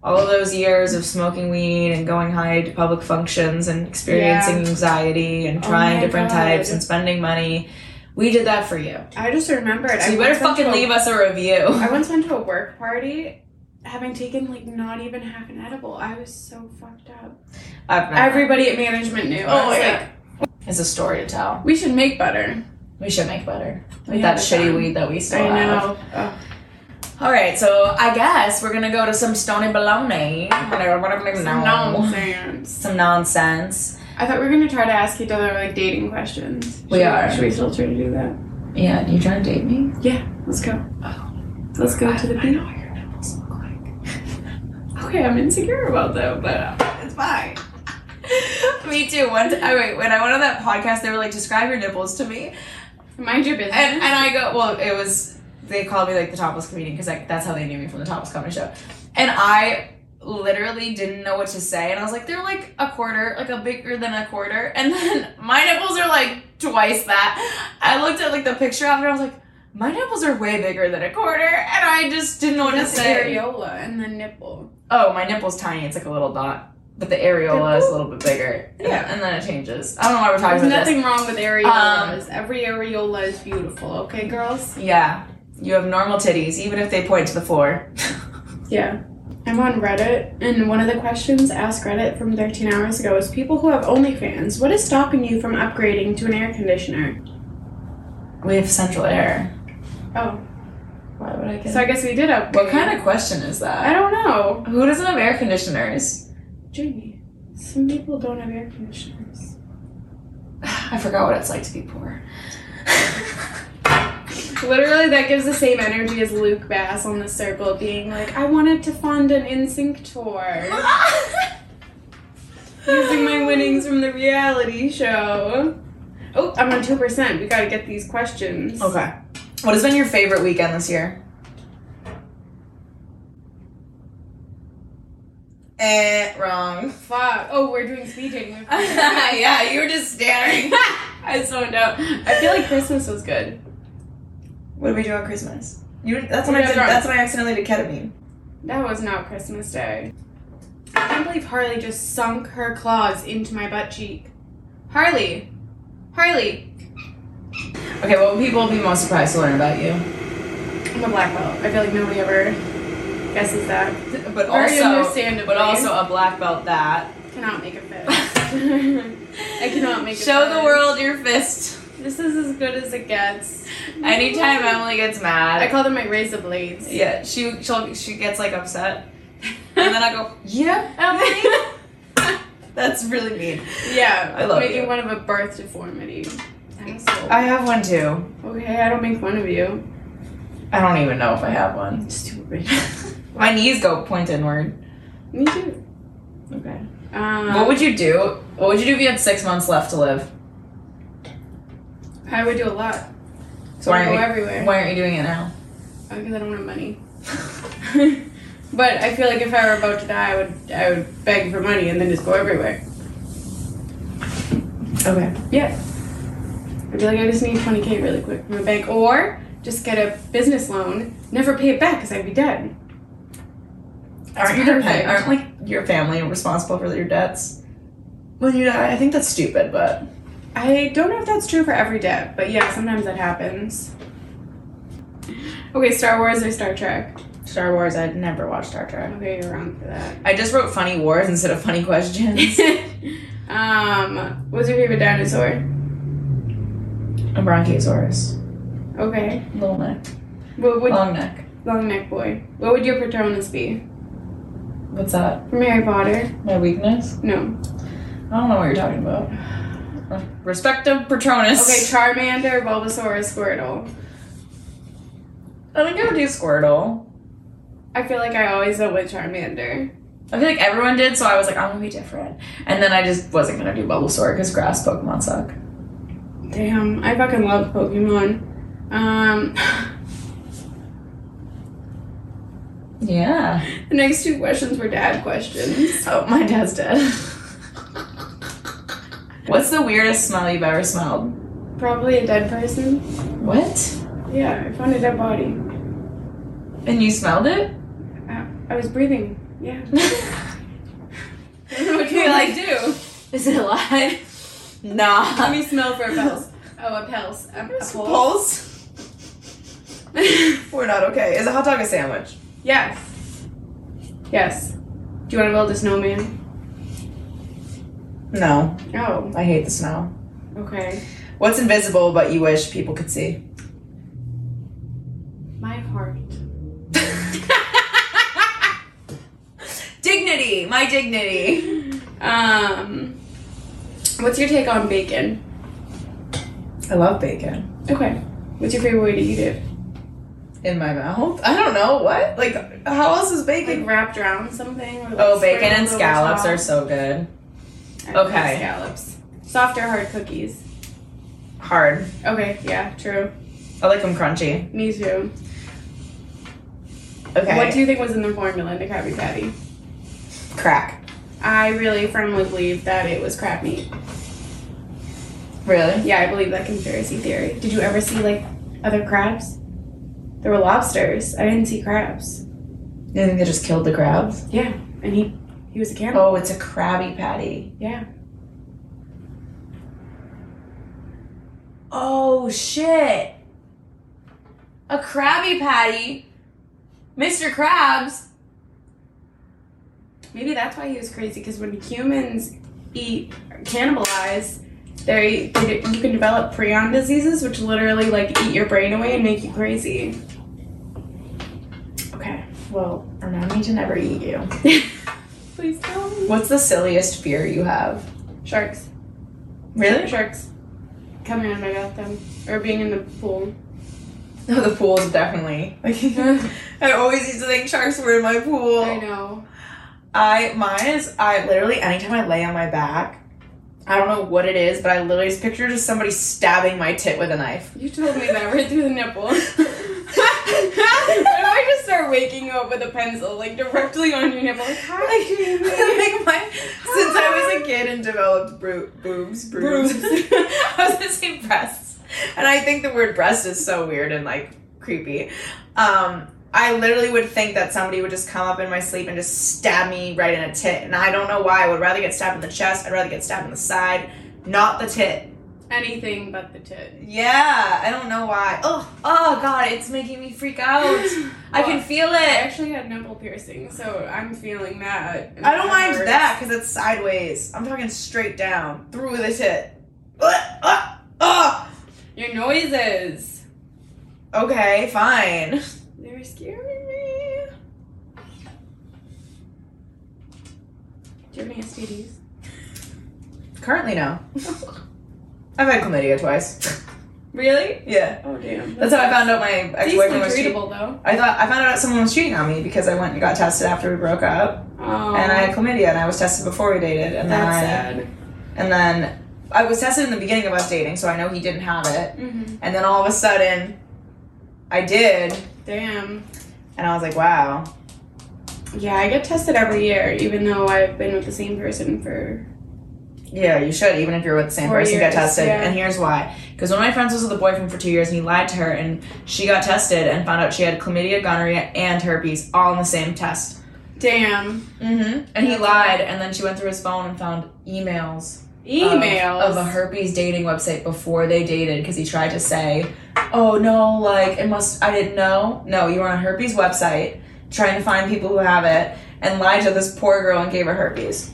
Speaker 3: All of those years of smoking weed and going high to public functions and experiencing anxiety and
Speaker 2: Oh
Speaker 3: trying
Speaker 2: my
Speaker 3: different
Speaker 2: God.
Speaker 3: types and spending money. We did that for you.
Speaker 2: I just remembered.
Speaker 3: So
Speaker 2: I
Speaker 3: you better
Speaker 2: once went to
Speaker 3: fucking
Speaker 2: a-
Speaker 3: leave us a review.
Speaker 2: I once went to a work party having taken like not even half an edible. I was so fucked up.
Speaker 3: I've never-
Speaker 2: Everybody at management knew. I
Speaker 3: Uh-huh. Oh
Speaker 2: was
Speaker 3: my
Speaker 2: like,
Speaker 3: It's a story to tell.
Speaker 2: we should make butter.
Speaker 3: We should make better
Speaker 2: We
Speaker 3: with that
Speaker 2: haven't
Speaker 3: shitty
Speaker 2: done.
Speaker 3: weed that we
Speaker 2: I
Speaker 3: still have.
Speaker 2: know. Ugh.
Speaker 3: All right, so I guess we're gonna go to some stony baloney. Whatever, whatever,
Speaker 2: Some
Speaker 3: no.
Speaker 2: nonsense.
Speaker 3: Some nonsense.
Speaker 2: I thought we were gonna try to ask each other like dating questions.
Speaker 3: We
Speaker 2: Should-
Speaker 3: are.
Speaker 2: Should we still try to do that?
Speaker 3: Yeah, you trying to date me?
Speaker 2: Let's go. Let's go to the
Speaker 3: Oh. I know
Speaker 2: beach.
Speaker 3: what your nipples look like.
Speaker 2: Okay, I'm insecure about that, but uh, it's fine.
Speaker 3: me too. Once, I wait, when I went on that podcast, they were like, "Describe your nipples to me,"
Speaker 2: Mind your business.
Speaker 3: and and I go, "Well, it was." They called me like the topless comedian because like that's how they knew me from the topless comedy show, and I literally didn't know what to say, and I was like, "They're like a quarter, like a bigger than a quarter," and then my nipples are like twice that. I looked at like the picture after, I was like. My nipples are way bigger than a quarter, and I just didn't know what to
Speaker 2: That's
Speaker 3: say.
Speaker 2: areola and the nipple.
Speaker 3: Oh, my nipple's tiny. It's like a little dot. But the areola is a little bit bigger.
Speaker 2: Yeah.
Speaker 3: And then it changes. I don't know why we're talking
Speaker 2: There's
Speaker 3: about
Speaker 2: nothing wrong with areolas. Every areola is beautiful, okay, girls?
Speaker 3: this. Yeah. You have normal titties, even if they point to the floor.
Speaker 2: Yeah. I'm on Reddit, and one of the questions asked Reddit from 13 hours ago is people who have OnlyFans, what is stopping you from upgrading to an air conditioner?
Speaker 3: we have central air.
Speaker 2: Oh,
Speaker 3: Why would I get
Speaker 2: So I guess we did upgrade.
Speaker 3: What kind of question is
Speaker 2: I
Speaker 3: that?
Speaker 2: don't know.
Speaker 3: Who doesn't have air conditioners?
Speaker 2: Jamie, some people don't have air conditioners.
Speaker 3: I forgot what it's like to be poor.
Speaker 2: Literally, that gives the same energy as Luke Bass on the circle being like, I wanted to fund an NSYNC tour using my winnings from the reality show. Oh, I'm on 2%. We gotta get these questions.
Speaker 3: Okay. What has been your favorite weekend this year? Eh, wrong.
Speaker 2: Fuck. Oh, we're doing speed dating. We have-
Speaker 3: yeah, you were just staring.
Speaker 2: I zoned out. I feel like Christmas was good.
Speaker 3: What did we do on Christmas? You that's when
Speaker 2: We
Speaker 3: I
Speaker 2: got
Speaker 3: did,
Speaker 2: drunk.
Speaker 3: that's when I accidentally did ketamine.
Speaker 2: That was not Christmas Day. I can't believe Harley just sunk her claws into my butt cheek. Harley! Harley!
Speaker 3: Okay, what would people be most surprised to learn about you?
Speaker 2: I'm a black belt. I feel like nobody ever guesses that.
Speaker 3: But
Speaker 2: Very
Speaker 3: also
Speaker 2: understandably.
Speaker 3: but also a black belt that
Speaker 2: Cannot make a fist. I cannot make a
Speaker 3: Show the
Speaker 2: fist.
Speaker 3: world your fist.
Speaker 2: This is as good as it gets.
Speaker 3: Anytime Emily gets mad.
Speaker 2: I call them my razor blades.
Speaker 3: Yeah, she she'll, she gets like upset, and then I go, yeah, Emily." That's really mean.
Speaker 2: yeah,
Speaker 3: I love
Speaker 2: making
Speaker 3: you.
Speaker 2: one of a birth deformity. Asshole.
Speaker 3: I have one too.
Speaker 2: okay, I don't make fun of you.
Speaker 3: I don't even know if I have one.
Speaker 2: Stupid.
Speaker 3: My knees go point inward.
Speaker 2: Me too.
Speaker 3: Okay.
Speaker 2: Um,
Speaker 3: What would you do? What would you do if you had six months left to live?
Speaker 2: I would do a lot.
Speaker 3: So why
Speaker 2: I go
Speaker 3: aren't you,
Speaker 2: everywhere.
Speaker 3: why aren't you doing it now?
Speaker 2: Because I don't have money. but I feel like if I were about to die, I would I would beg for money and then just go everywhere.
Speaker 3: Okay.
Speaker 2: I'd be like, I just need 20k really quick from a bank, or just get a business loan, never pay it back because I'd be dead.
Speaker 3: Aren't your
Speaker 2: perfect.
Speaker 3: pa- aren't like your family responsible for your debts? When you die, I think that's stupid, but
Speaker 2: I don't know if that's true for every debt, but yeah, sometimes that happens. Okay, Star Wars or Star Trek?
Speaker 3: Star Wars. I'd never watch Star Trek.
Speaker 2: Okay, you're wrong for that.
Speaker 3: I just wrote funny wars instead of funny questions.
Speaker 2: um, what's your favorite dinosaur?
Speaker 3: A bronchiosaurus.
Speaker 2: Okay.
Speaker 3: Little neck.
Speaker 2: What would
Speaker 3: Long neck.
Speaker 2: long neck boy? What would your patronus be
Speaker 3: What's that?
Speaker 2: from Harry Potter?
Speaker 3: My weakness?
Speaker 2: No.
Speaker 3: I don't know what you're talking about. Respective Patronus.
Speaker 2: Okay, Charmander, Bulbasaur, or Squirtle.
Speaker 3: I think I would do Squirtle.
Speaker 2: I feel like I always went with Charmander.
Speaker 3: I feel like everyone did, so I was like, I'm gonna be different. And then I just wasn't gonna do Bulbasaur because grass Pokemon suck.
Speaker 2: Damn, I fucking love Pokemon. Um,
Speaker 3: Yeah.
Speaker 2: the next two questions were dad questions.
Speaker 3: Oh, my dad's dead. What's the weirdest smell you've ever smelled?
Speaker 2: Probably a dead person.
Speaker 3: What?
Speaker 2: Yeah, I found a dead body.
Speaker 3: And you smelled it?
Speaker 2: I was breathing. Yeah. I don't know what
Speaker 3: You're
Speaker 2: you
Speaker 3: like,
Speaker 2: like do.
Speaker 3: Is it alive? Nah.
Speaker 2: Let me smell for a pulse. Oh, a pulse. A, a pulse.
Speaker 3: Pulse? We're not okay. Is a hot dog a sandwich?
Speaker 2: yes. Yes. Do you want to build a snowman?
Speaker 3: No,
Speaker 2: Oh,
Speaker 3: I hate the snow.
Speaker 2: okay.
Speaker 3: What's invisible but you wish people could see?
Speaker 2: My heart.
Speaker 3: dignity, my dignity.
Speaker 2: Um, what's your take on bacon?
Speaker 3: I love bacon
Speaker 2: Okay. What's your favorite way to eat it?
Speaker 3: in my mouth. I don't know what. Like, how else is
Speaker 2: Like
Speaker 3: bacon?
Speaker 2: wrapped around something? Or like
Speaker 3: Oh, bacon and
Speaker 2: sprinkled over
Speaker 3: scallops are
Speaker 2: top?
Speaker 3: so good.
Speaker 2: I love
Speaker 3: okay.
Speaker 2: Scallops. Soft or hard cookies?
Speaker 3: Hard.
Speaker 2: Okay, yeah, true.
Speaker 3: I like them crunchy.
Speaker 2: Me too.
Speaker 3: Okay.
Speaker 2: What do you think was in the formula in the Krabby Patty?
Speaker 3: crack?
Speaker 2: I really firmly believe that it was crab meat.
Speaker 3: Really?
Speaker 2: Yeah, I believe that conspiracy theory. Did you ever see like other crabs? There were lobsters. I didn't see crabs.
Speaker 3: You think they just killed the crabs?
Speaker 2: Yeah, and he he was a cannibal.
Speaker 3: Oh, it's a Krabby Patty.
Speaker 2: Yeah.
Speaker 3: Oh shit! A Krabby Patty, Mr. Krabs.
Speaker 2: Maybe that's why he was crazy. Because when humans eat cannibalize, they, they you can develop prion diseases, which literally like eat your brain away and make you crazy.
Speaker 3: Well, remind me to never eat you.
Speaker 2: Please tell me.
Speaker 3: What's the silliest fear you have?
Speaker 2: Sharks. Sharks. Coming out of my bathroom. Or being in the pool.
Speaker 3: No, the pool is definitely. Like, I always used to think sharks were in my pool.
Speaker 2: I know.
Speaker 3: I mine is I literally anytime I lay on my back, I don't know what it is, but I literally just picture just somebody stabbing my tit with a knife.
Speaker 2: You told me that right through the nipple. What if
Speaker 3: Like,
Speaker 2: I just start waking up with a pencil, like directly on your nipple? Like, hi, baby.
Speaker 3: like my, since I was a kid and developed bru- boobs, bruise.
Speaker 2: Bruise.
Speaker 3: I was gonna say breasts, and I think the word breast is so weird and like creepy. Um, I literally would think that somebody would just come up in my sleep and just stab me right in a tit, and I don't know why. I would rather get stabbed in the chest. I'd rather get stabbed in the side, not the tit.
Speaker 2: Anything but the tit.
Speaker 3: Yeah, I don't know why. Oh, oh God, it's making me freak out. I can feel
Speaker 2: Oh, I
Speaker 3: it.
Speaker 2: actually had nipple piercing, so I'm feeling that.
Speaker 3: I don't mind
Speaker 2: Hurts.
Speaker 3: that because it's sideways. I'm talking straight down through Uh, the tit. Ugh, ugh, ugh.
Speaker 2: Your noises.
Speaker 3: Okay, fine.
Speaker 2: They're scary. Do you have any STDs?
Speaker 3: Currently, no. I've had chlamydia twice.
Speaker 2: Really?
Speaker 3: yeah,
Speaker 2: Oh damn.
Speaker 3: that's how I found out my ex-boyfriend
Speaker 2: Decently
Speaker 3: was cheating.
Speaker 2: treatable though.
Speaker 3: I thought I found out someone was cheating on me because I went and got tested after we broke up,
Speaker 2: Oh,
Speaker 3: and I had chlamydia, and I was tested before we dated, and then I,
Speaker 2: that's sad.
Speaker 3: And then I was tested in the beginning of us dating, so I know he didn't have it.
Speaker 2: Mm-hmm.
Speaker 3: And then all of a sudden, I did,
Speaker 2: Damn.
Speaker 3: and I was like, wow.
Speaker 2: Yeah, I get tested every year, even though I've been with the same person for.
Speaker 3: Yeah, you should, even if you're with the same
Speaker 2: Four
Speaker 3: person, get
Speaker 2: years,
Speaker 3: tested.
Speaker 2: yeah.
Speaker 3: And here's why. Because one of my friends was with a boyfriend for two years, and he lied to her, and she got tested and found out she had chlamydia, gonorrhea, and herpes all in the same test.
Speaker 2: Damn.
Speaker 3: Mm-hmm. And he lied, and then she went through his phone and found emails
Speaker 2: Emails.
Speaker 3: of, of a herpes dating website before they dated because he tried to say, "Oh no, like it must I didn't know." No, you were on a herpes website trying to find people who have it and lied to this poor girl and gave her herpes.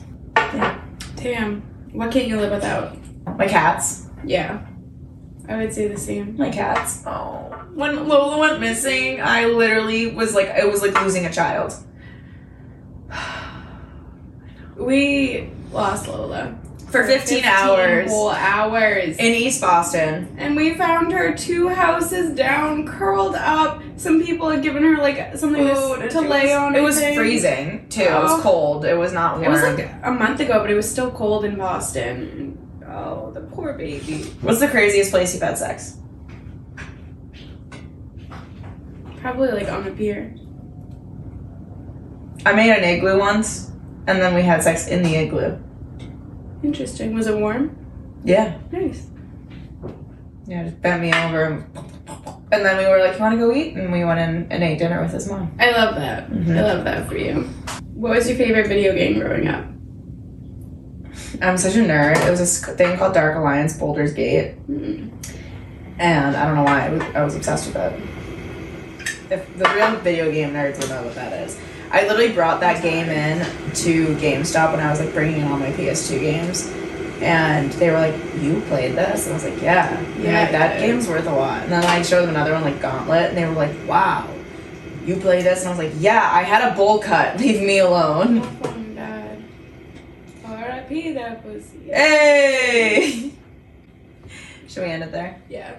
Speaker 2: Damn. What can't you live without?
Speaker 3: My cats,
Speaker 2: Yeah. I would say the same.
Speaker 3: my cats. Oh, when Lola went missing, I literally was like, it was like losing a child.
Speaker 2: We lost Lola.
Speaker 3: For 15 hours.
Speaker 2: Whole hours.
Speaker 3: In East Boston,
Speaker 2: And we found her two houses down, curled up. Some people had given her like something to,
Speaker 1: Ooh,
Speaker 2: s- to lay on.
Speaker 3: it was
Speaker 2: I think.
Speaker 3: freezing too. It was
Speaker 2: Oh.
Speaker 3: cold. It was not warm.
Speaker 2: It was like a month ago, but it was still cold in Boston. Oh, the poor baby.
Speaker 3: What's the craziest place you've had sex?
Speaker 2: Probably like on a pier.
Speaker 3: I made an igloo once, and then we had sex in the igloo.
Speaker 2: Interesting. Was it warm?
Speaker 3: Yeah.
Speaker 2: Nice.
Speaker 3: Yeah, just bent me over, and, and then we were like, "You want to go eat?" And we went in and ate dinner with his mom.
Speaker 2: I love that.
Speaker 3: Mm-hmm.
Speaker 2: I love that for you. What was your favorite video game growing up?
Speaker 3: I'm such a nerd. It was this thing called Dark Alliance Boulder's Gate,
Speaker 2: Mm.
Speaker 3: and I don't know why I was, I was obsessed with it. If the real video game nerds will know what that is. I literally brought that game in to GameStop when I was like bringing in all my PS2 games, and they were like, "You played this?" And I was like, "Yeah." And they're
Speaker 2: Yeah,
Speaker 3: like,
Speaker 2: I
Speaker 3: that
Speaker 2: did."
Speaker 3: game's worth a lot. And then I showed them another one like Gauntlet, and they were like, "Wow, you played this?" And I was like, "Yeah, I had a bowl cut. Leave me
Speaker 2: My
Speaker 3: alone."
Speaker 2: phone died. R.I.P. That pussy.
Speaker 3: Hey. Should we end it there?
Speaker 2: Yeah.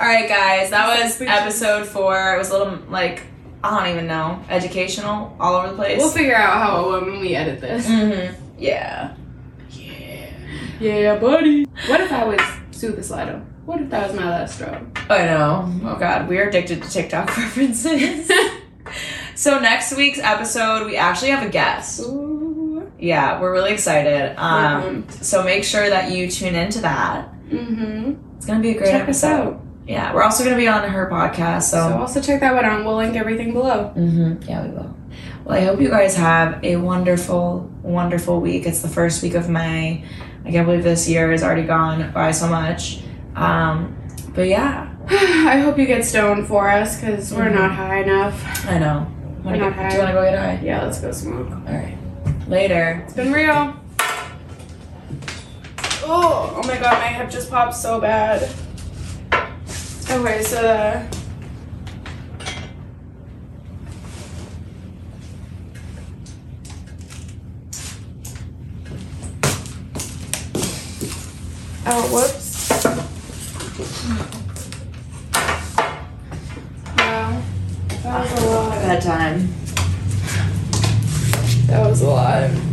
Speaker 3: All right, guys, that
Speaker 2: That's
Speaker 3: was
Speaker 2: so
Speaker 3: episode four. It was a little like I don't even know, educational, all over the place.
Speaker 2: We'll figure out how when we edit this.
Speaker 3: hmm Yeah.
Speaker 2: Yeah, buddy. What if I was Sue the Slido? What if that was my last straw?
Speaker 3: I know. Oh God, we are addicted to TikTok references. so next week's episode, we actually have a guest.
Speaker 2: Ooh.
Speaker 3: Yeah, we're really excited. Um, so make sure that you tune into that.
Speaker 2: mm-hmm.
Speaker 3: It's gonna be a great
Speaker 2: Check us
Speaker 3: episode.
Speaker 2: out.
Speaker 3: Yeah, we're also gonna be on her podcast.
Speaker 2: So also check that one out. We'll link everything below.
Speaker 3: hmm Yeah, we will. Well, I hope you guys have a wonderful, wonderful week. It's the first week of May. I can't believe this year has already gone by so much. Um, but yeah,
Speaker 2: I hope you get stoned for us because we're
Speaker 3: Mhm.
Speaker 2: not high enough.
Speaker 3: I know. Wanna
Speaker 2: We're
Speaker 3: get-
Speaker 2: not
Speaker 3: do you want to go get high?
Speaker 2: Yeah, let's go smoke.
Speaker 3: All right. Later.
Speaker 2: It's been real. Oh, oh my god, my hip just popped so bad. Okay, so the Oh, whoops. Wow. That was a lot.
Speaker 3: Bedtime.
Speaker 2: That was a lot.